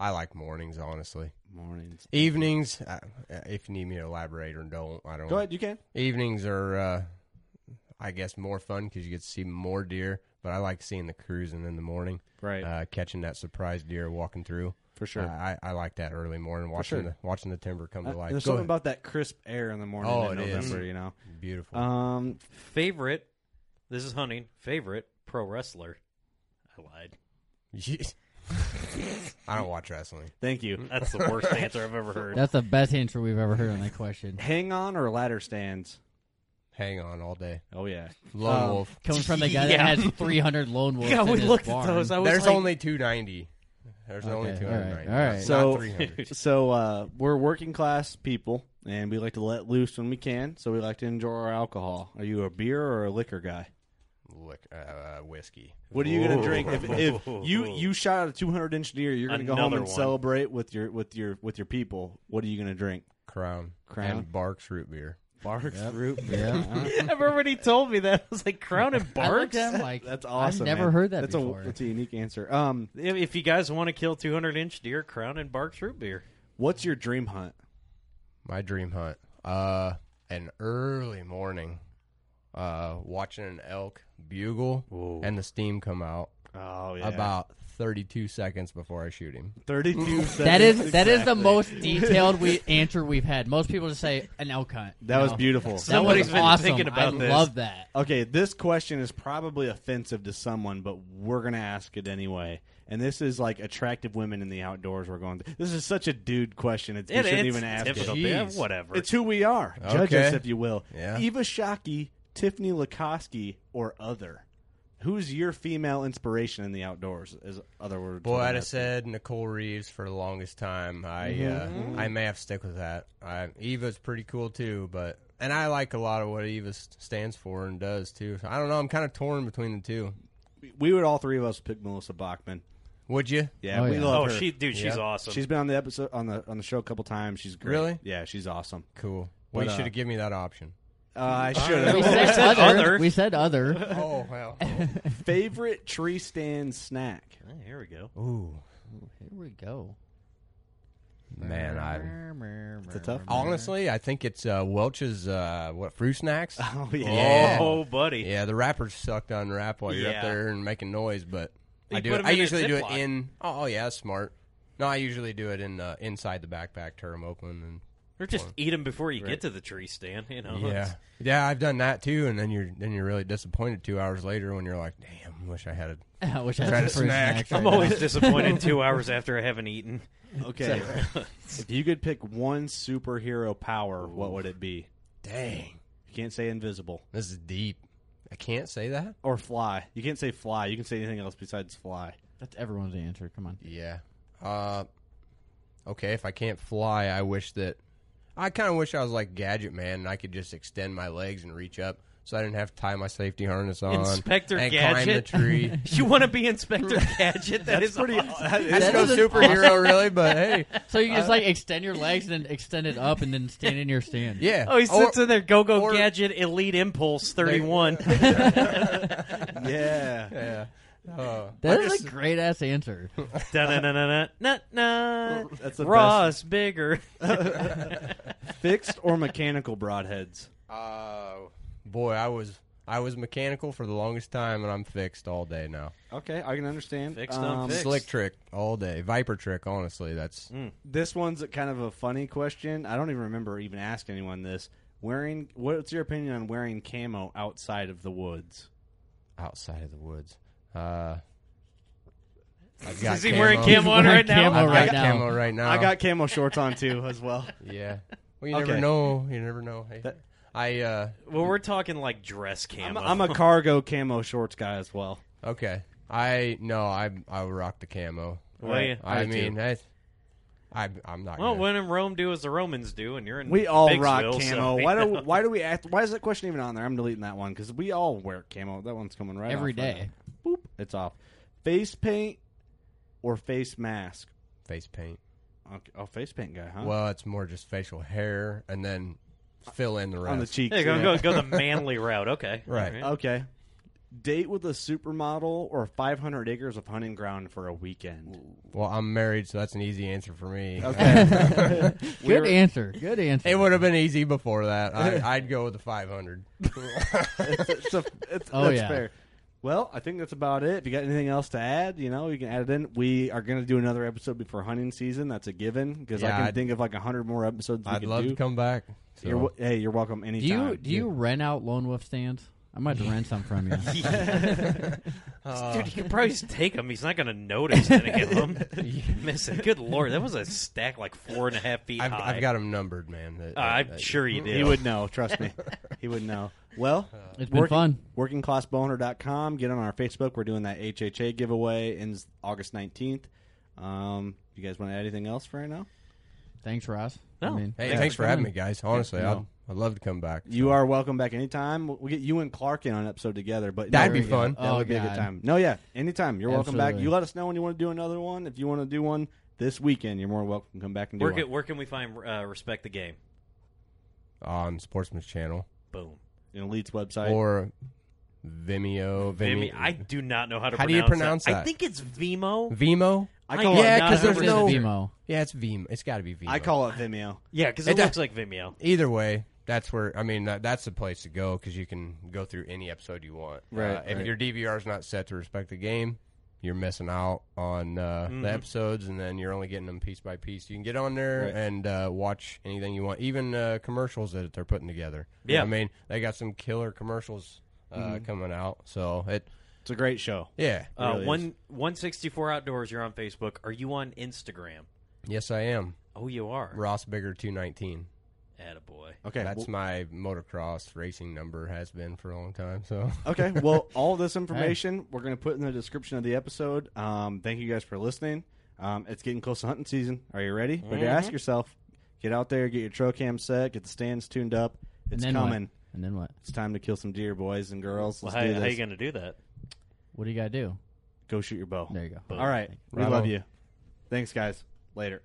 Speaker 3: I like mornings, honestly.
Speaker 5: Mornings.
Speaker 3: Evenings, uh, if you need me to elaborate or don't, I don't
Speaker 5: Go ahead, you can.
Speaker 3: evenings are uh, i guess more fun because you get to see more deer but i like seeing the cruising in the morning
Speaker 5: Right.
Speaker 3: uh, catching that surprise deer walking through
Speaker 5: For sure.
Speaker 3: I, I I like that early morning
Speaker 5: sure.
Speaker 3: watching the watching the timber come
Speaker 5: Uh,
Speaker 3: to life.
Speaker 5: There's
Speaker 3: Go
Speaker 5: something
Speaker 3: ahead.
Speaker 5: about that crisp air in the morning
Speaker 3: Oh,
Speaker 5: in
Speaker 3: it is.
Speaker 5: November, you know.
Speaker 3: beautiful.
Speaker 5: Um,
Speaker 7: Favorite. This is hunting. Favorite pro wrestler. I lied.
Speaker 3: I don't watch wrestling.
Speaker 5: thank you.
Speaker 3: Mm.
Speaker 7: That's the worst answer I've ever heard.
Speaker 6: That's the best answer we've ever heard on that question.
Speaker 5: Hang on or ladder stands.
Speaker 3: Hang on all day.
Speaker 5: Oh yeah.
Speaker 3: Lone
Speaker 5: Um,
Speaker 3: Wolf.
Speaker 6: Coming from the guy
Speaker 7: Yeah.
Speaker 6: that has 300 lone wolves.
Speaker 7: Yeah,
Speaker 6: in
Speaker 7: we
Speaker 6: his
Speaker 7: looked
Speaker 6: barn.
Speaker 7: at those. I was
Speaker 3: There's
Speaker 7: like,
Speaker 3: only 290. There's only
Speaker 6: Okay, all right,
Speaker 3: 290.
Speaker 6: all right.
Speaker 3: So
Speaker 5: So-
Speaker 3: Not 300.
Speaker 5: so uh, we're working class people, and we like to let loose when we can. So we like to enjoy our alcohol. Are you a beer or a liquor guy?
Speaker 3: Look, uh, whiskey.
Speaker 5: What are you gonna drink if, if you you shot a 200 inch deer? You're gonna go home
Speaker 7: Another
Speaker 5: and
Speaker 7: one.
Speaker 5: celebrate with your with your with your people. What are you gonna drink?
Speaker 3: Crown.
Speaker 5: Crown.
Speaker 3: And Barks root beer.
Speaker 5: Barks root uh-huh.
Speaker 7: Everybody told me that. I was like, Crown and
Speaker 6: I looked
Speaker 7: Barks?
Speaker 6: at him like,
Speaker 5: That's awesome.
Speaker 6: I've never
Speaker 5: man.
Speaker 6: heard that
Speaker 5: that's
Speaker 6: before.
Speaker 5: A, that's a unique answer. Um,
Speaker 7: If if you guys want to kill 200 inch deer, Crown and Barks root beer.
Speaker 5: what's your dream hunt?
Speaker 3: My dream hunt. Uh, an early morning. Uh, watching an elk bugle and the steam come out
Speaker 5: Oh
Speaker 3: about 32 seconds before I shoot him.
Speaker 5: 32.
Speaker 6: that is that is the
Speaker 5: exactly.
Speaker 6: most detailed we answer we've had. Most people just say an elk hunt.
Speaker 5: That
Speaker 6: You
Speaker 5: was
Speaker 6: know?
Speaker 5: beautiful.
Speaker 6: That was
Speaker 7: Somebody's been
Speaker 6: awesome.
Speaker 7: thinking about
Speaker 6: I
Speaker 7: this.
Speaker 6: love that.
Speaker 5: Okay, this question is probably offensive to someone, but we're gonna ask it anyway. And this is like attractive women in the outdoors. We're going. This is such a dude question. It's, you
Speaker 7: It-
Speaker 5: shouldn't
Speaker 7: it's
Speaker 5: even ask
Speaker 7: difficult.
Speaker 5: it.
Speaker 7: Yeah,
Speaker 3: Jeez.
Speaker 7: whatever.
Speaker 5: It's who we are. Judge
Speaker 3: Okay.
Speaker 5: us if you will.
Speaker 3: Yeah.
Speaker 5: Eva Shockey, Tiffany Lukoski, or other. Who's your female inspiration in the outdoors? Is other words.
Speaker 3: Boy,
Speaker 5: what I'm
Speaker 3: I'd have
Speaker 5: asking.
Speaker 3: said Nicole Reeves for the longest time. I
Speaker 5: Mm-hmm.
Speaker 3: uh, I may have to stick with that. I, Eva's pretty cool too, but and I like a lot of what Eva s- stands for and does too. So I don't know. I'm kind of torn between the two.
Speaker 5: we would all three of us pick Melissa Bachman.
Speaker 3: Would you?
Speaker 5: Yeah,
Speaker 6: Oh,
Speaker 5: we
Speaker 6: yeah.
Speaker 5: love
Speaker 7: Oh,
Speaker 5: her.
Speaker 7: she, dude, she's
Speaker 3: Yeah.
Speaker 7: awesome.
Speaker 5: She's been on the episode on the on the show a couple times. She's great.
Speaker 3: Really?
Speaker 5: Yeah, she's awesome.
Speaker 3: Cool.
Speaker 5: But,
Speaker 3: Well, you
Speaker 5: uh,
Speaker 3: should have given me that option.
Speaker 5: Uh, I should
Speaker 6: We
Speaker 5: have.
Speaker 6: said
Speaker 7: said
Speaker 6: other.
Speaker 7: other.
Speaker 6: We said other.
Speaker 3: Oh well.
Speaker 5: Favorite tree stand snack?
Speaker 7: Ah, here we go.
Speaker 3: Ooh,
Speaker 6: Here we go.
Speaker 3: man. I
Speaker 6: It's
Speaker 5: a tough one.
Speaker 3: honestly, I think it's uh, Welch's uh, what fruit snacks.
Speaker 5: Oh yeah.
Speaker 3: Yeah.
Speaker 7: Oh, buddy.
Speaker 3: Yeah, the wrappers suck to unwrap while you're
Speaker 7: Yeah.
Speaker 3: up there and making noise, but
Speaker 7: You
Speaker 3: I do.
Speaker 7: put
Speaker 3: It,
Speaker 7: 'em
Speaker 3: I
Speaker 7: in a
Speaker 3: usually do it
Speaker 7: Ziploc.
Speaker 3: in. Oh, oh, yeah, that's smart. No, I usually do it in uh, inside the backpack, tear 'em open,
Speaker 7: Or just eat them before you get to the tree stand, you know?
Speaker 3: and yeah, yeah, I've done that too. And then you're then you're really disappointed two hours later when you're like, damn, wish I had a
Speaker 6: I wish I
Speaker 3: Try
Speaker 6: had
Speaker 3: to
Speaker 6: some fruit
Speaker 3: snack.
Speaker 6: snacks
Speaker 7: I'm
Speaker 6: right now.
Speaker 7: always disappointed two hours after I haven't eaten.
Speaker 5: Okay. if you could pick one superhero power, what would it be?
Speaker 3: dang.
Speaker 5: You can't say invisible
Speaker 3: This is deep. I can't say that.
Speaker 5: or fly. You can't say fly. You can say anything else besides fly.
Speaker 6: That's everyone's answer. Come on.
Speaker 3: Yeah. Uh, okay. If I can't fly, I wish that. I kind of wish I was like Gadget Man and I could just extend my legs and reach up, so I didn't have to tie my safety harness on.
Speaker 7: Inspector
Speaker 3: and climb the
Speaker 7: Gadget?
Speaker 3: tree.
Speaker 7: You want to be Inspector Gadget? That's pretty.
Speaker 3: That's no superhero, really, but hey,
Speaker 6: So you just like extend your legs and then extend it up and then stand in your stand.
Speaker 3: yeah.
Speaker 7: Oh, he sits
Speaker 3: Or-
Speaker 7: in there. Go go
Speaker 3: or-
Speaker 7: gadget, elite impulse thirty one.
Speaker 5: Yeah.
Speaker 3: Yeah. Uh,
Speaker 6: That
Speaker 3: I
Speaker 6: is
Speaker 3: just-
Speaker 6: a great ass answer.
Speaker 5: That's the
Speaker 7: Ross bigger.
Speaker 5: best. Fixed or mechanical broadheads?
Speaker 3: uh, boy, I was I was mechanical for the longest time, and I'm fixed all day now.
Speaker 5: Okay, I can understand.
Speaker 7: Fixed, unfixed.
Speaker 3: Slick trick all day, viper trick. Honestly, that's
Speaker 7: Mm.
Speaker 5: This one's a kind of a funny question. I don't even remember even asking anyone this. Wearing what's your opinion on wearing camo outside of the woods?
Speaker 3: outside of the woods. Uh, I've got
Speaker 7: Is he wearing
Speaker 3: camo.
Speaker 7: camo on right now?
Speaker 6: Camo
Speaker 3: I've
Speaker 6: right
Speaker 3: got
Speaker 6: now.
Speaker 3: camo right now.
Speaker 5: I got camo shorts on too as well.
Speaker 3: yeah. Well, you
Speaker 5: Okay.
Speaker 3: never know. You never know. Hey,
Speaker 5: That-
Speaker 3: I uh,
Speaker 7: Well, we're talking like dress camo.
Speaker 5: I'm a, I'm a cargo camo shorts guy as well.
Speaker 3: okay. I no. I I rock the camo.
Speaker 7: Well, yeah.
Speaker 3: I,
Speaker 5: I do.
Speaker 3: mean, I, I I'm not.
Speaker 7: Well,
Speaker 3: gonna-
Speaker 7: when in Rome, do as the Romans do, and you're in.
Speaker 5: We all
Speaker 7: Bigsville,
Speaker 5: rock camo.
Speaker 7: so-
Speaker 5: why do why do we act? Why is that question even on there? I'm deleting that one because we all wear camo. That one's coming right
Speaker 6: Every
Speaker 5: off right
Speaker 6: day.
Speaker 5: now. Boop, it's off. Face paint or face mask?
Speaker 3: face paint.
Speaker 5: Okay. Oh, face paint guy, huh?
Speaker 3: Well, it's more just facial hair, and then fill in the rest.
Speaker 5: on the cheeks.
Speaker 7: Yeah, go,
Speaker 5: yeah.
Speaker 7: go go the manly route. Okay,
Speaker 3: Right.
Speaker 7: Alright.
Speaker 5: Okay. Date with a supermodel or 500 acres of hunting ground for a weekend.
Speaker 3: Well, I'm married, so that's an easy answer for me.
Speaker 5: Okay.
Speaker 6: Good answer. Good answer.
Speaker 3: It would have been easy before that. I, I'd go with the 500.
Speaker 5: it's a, it's,
Speaker 6: Oh,
Speaker 5: that's
Speaker 6: yeah.
Speaker 5: fair. Well, I think that's about it. If you got anything else to add, you know, you can add it in. We are going to do another episode before hunting season. That's a given because I
Speaker 3: Yeah,
Speaker 5: can
Speaker 3: I'd-
Speaker 5: think of like hundred more episodes. We
Speaker 3: I'd
Speaker 5: could
Speaker 3: love
Speaker 5: do.
Speaker 3: to come back. So.
Speaker 5: You're, wel- hey, you're welcome
Speaker 6: Do
Speaker 5: anytime.
Speaker 6: you do you rent out lone wolf stands? I might rent some from you.
Speaker 3: Uh,
Speaker 4: Dude, you can probably just take him. He's not going to notice when I get home. Miss it. Good lord, that was a stack like four and a half feet
Speaker 3: I've,
Speaker 4: high.
Speaker 3: I've got them numbered, man. That-
Speaker 4: Uh, I'm
Speaker 3: that-
Speaker 4: sure you did.
Speaker 5: He would know. Trust me. he would know. Well,
Speaker 6: It's been fun.
Speaker 5: Workingclassboner.com. Get on our Facebook. We're doing that HHA giveaway ends August 19th. Um, you guys want to add anything else for right now?
Speaker 6: Thanks, Ross.
Speaker 4: No.
Speaker 3: Hey, thanks for having me,
Speaker 6: coming.
Speaker 3: guys. Honestly,
Speaker 5: Yeah,
Speaker 3: I'd,
Speaker 5: no.
Speaker 3: I'd love to come back.
Speaker 5: You are welcome back anytime. We'll we'll get you and Clark in on an episode together. But
Speaker 3: That'd
Speaker 5: no,
Speaker 3: be fun.
Speaker 5: That
Speaker 6: Oh,
Speaker 5: would be a good
Speaker 6: God.
Speaker 5: time. No, yeah, anytime. You're welcome back.
Speaker 6: Absolutely.
Speaker 5: You let us know when you want to do another one. If you want to do one this weekend, you're more welcome to come back and do
Speaker 4: Where,
Speaker 5: one.
Speaker 4: can, where can we find uh, Respect the Game?
Speaker 3: on Sportsman's Channel
Speaker 4: Boom.
Speaker 5: In Elite's website.
Speaker 3: or Vimeo. Vimeo.
Speaker 4: Vimeo. I do not know how to
Speaker 3: How do you
Speaker 4: pronounce
Speaker 3: pronounce
Speaker 4: that. I
Speaker 3: that?
Speaker 4: think it's Vimo.
Speaker 3: Vimo.
Speaker 5: I
Speaker 4: I
Speaker 5: call
Speaker 4: am
Speaker 5: it,
Speaker 3: Yeah,
Speaker 4: not
Speaker 3: 'cause there's
Speaker 6: It's
Speaker 4: 100%
Speaker 3: no-
Speaker 4: sure.
Speaker 6: Vimo.
Speaker 3: Yeah, it's Vimo. It's got to be Vimo.
Speaker 5: I call it Vimeo.
Speaker 4: Yeah, because it,
Speaker 3: It-
Speaker 4: looks like Vimeo.
Speaker 3: Either way, that's where I mean that, that's the place to go because you can go through any episode you want.
Speaker 5: Right,
Speaker 3: Uh, if
Speaker 5: right.
Speaker 3: your DVR is not set to respect the game, you're missing out on uh,
Speaker 5: Mm-hmm.
Speaker 3: the episodes, and then you're only getting them piece by piece. You can get on there
Speaker 5: Right.
Speaker 3: and uh, watch anything you want, even uh, commercials that they're putting together.
Speaker 4: Yeah.
Speaker 3: I mean they got some killer commercials uh,
Speaker 5: Mm-hmm.
Speaker 3: coming out. So it,
Speaker 5: It's a great show.
Speaker 3: yeah,
Speaker 4: Uh,
Speaker 5: really
Speaker 4: one one sixty four outdoors. You're on Facebook. Are you on Instagram?
Speaker 3: yes, I am
Speaker 4: Oh, you are.
Speaker 3: Ross Bigger two nineteen.
Speaker 4: Attaboy.
Speaker 5: Okay.
Speaker 3: that's
Speaker 5: well-
Speaker 3: my motocross racing number has been for a long time. So
Speaker 5: Okay. Well, all this information we're going to put in the description of the episode. Um, thank you guys for listening. Um, it's getting close to hunting season. Are you ready? But ask yourself, get out there, get your trail cam set, get the stands tuned up. It's
Speaker 6: And then
Speaker 5: coming.
Speaker 6: what? And then what?
Speaker 5: It's time to kill some deer, boys and girls.
Speaker 4: Well,
Speaker 5: Let's
Speaker 4: how,
Speaker 5: do
Speaker 4: how
Speaker 5: this.
Speaker 4: you going to do that?
Speaker 6: What do you gotta do?
Speaker 5: Go shoot your bow.
Speaker 6: There you go.
Speaker 5: All right. We
Speaker 3: Right
Speaker 5: love
Speaker 3: on.
Speaker 5: you. Thanks, guys. Later.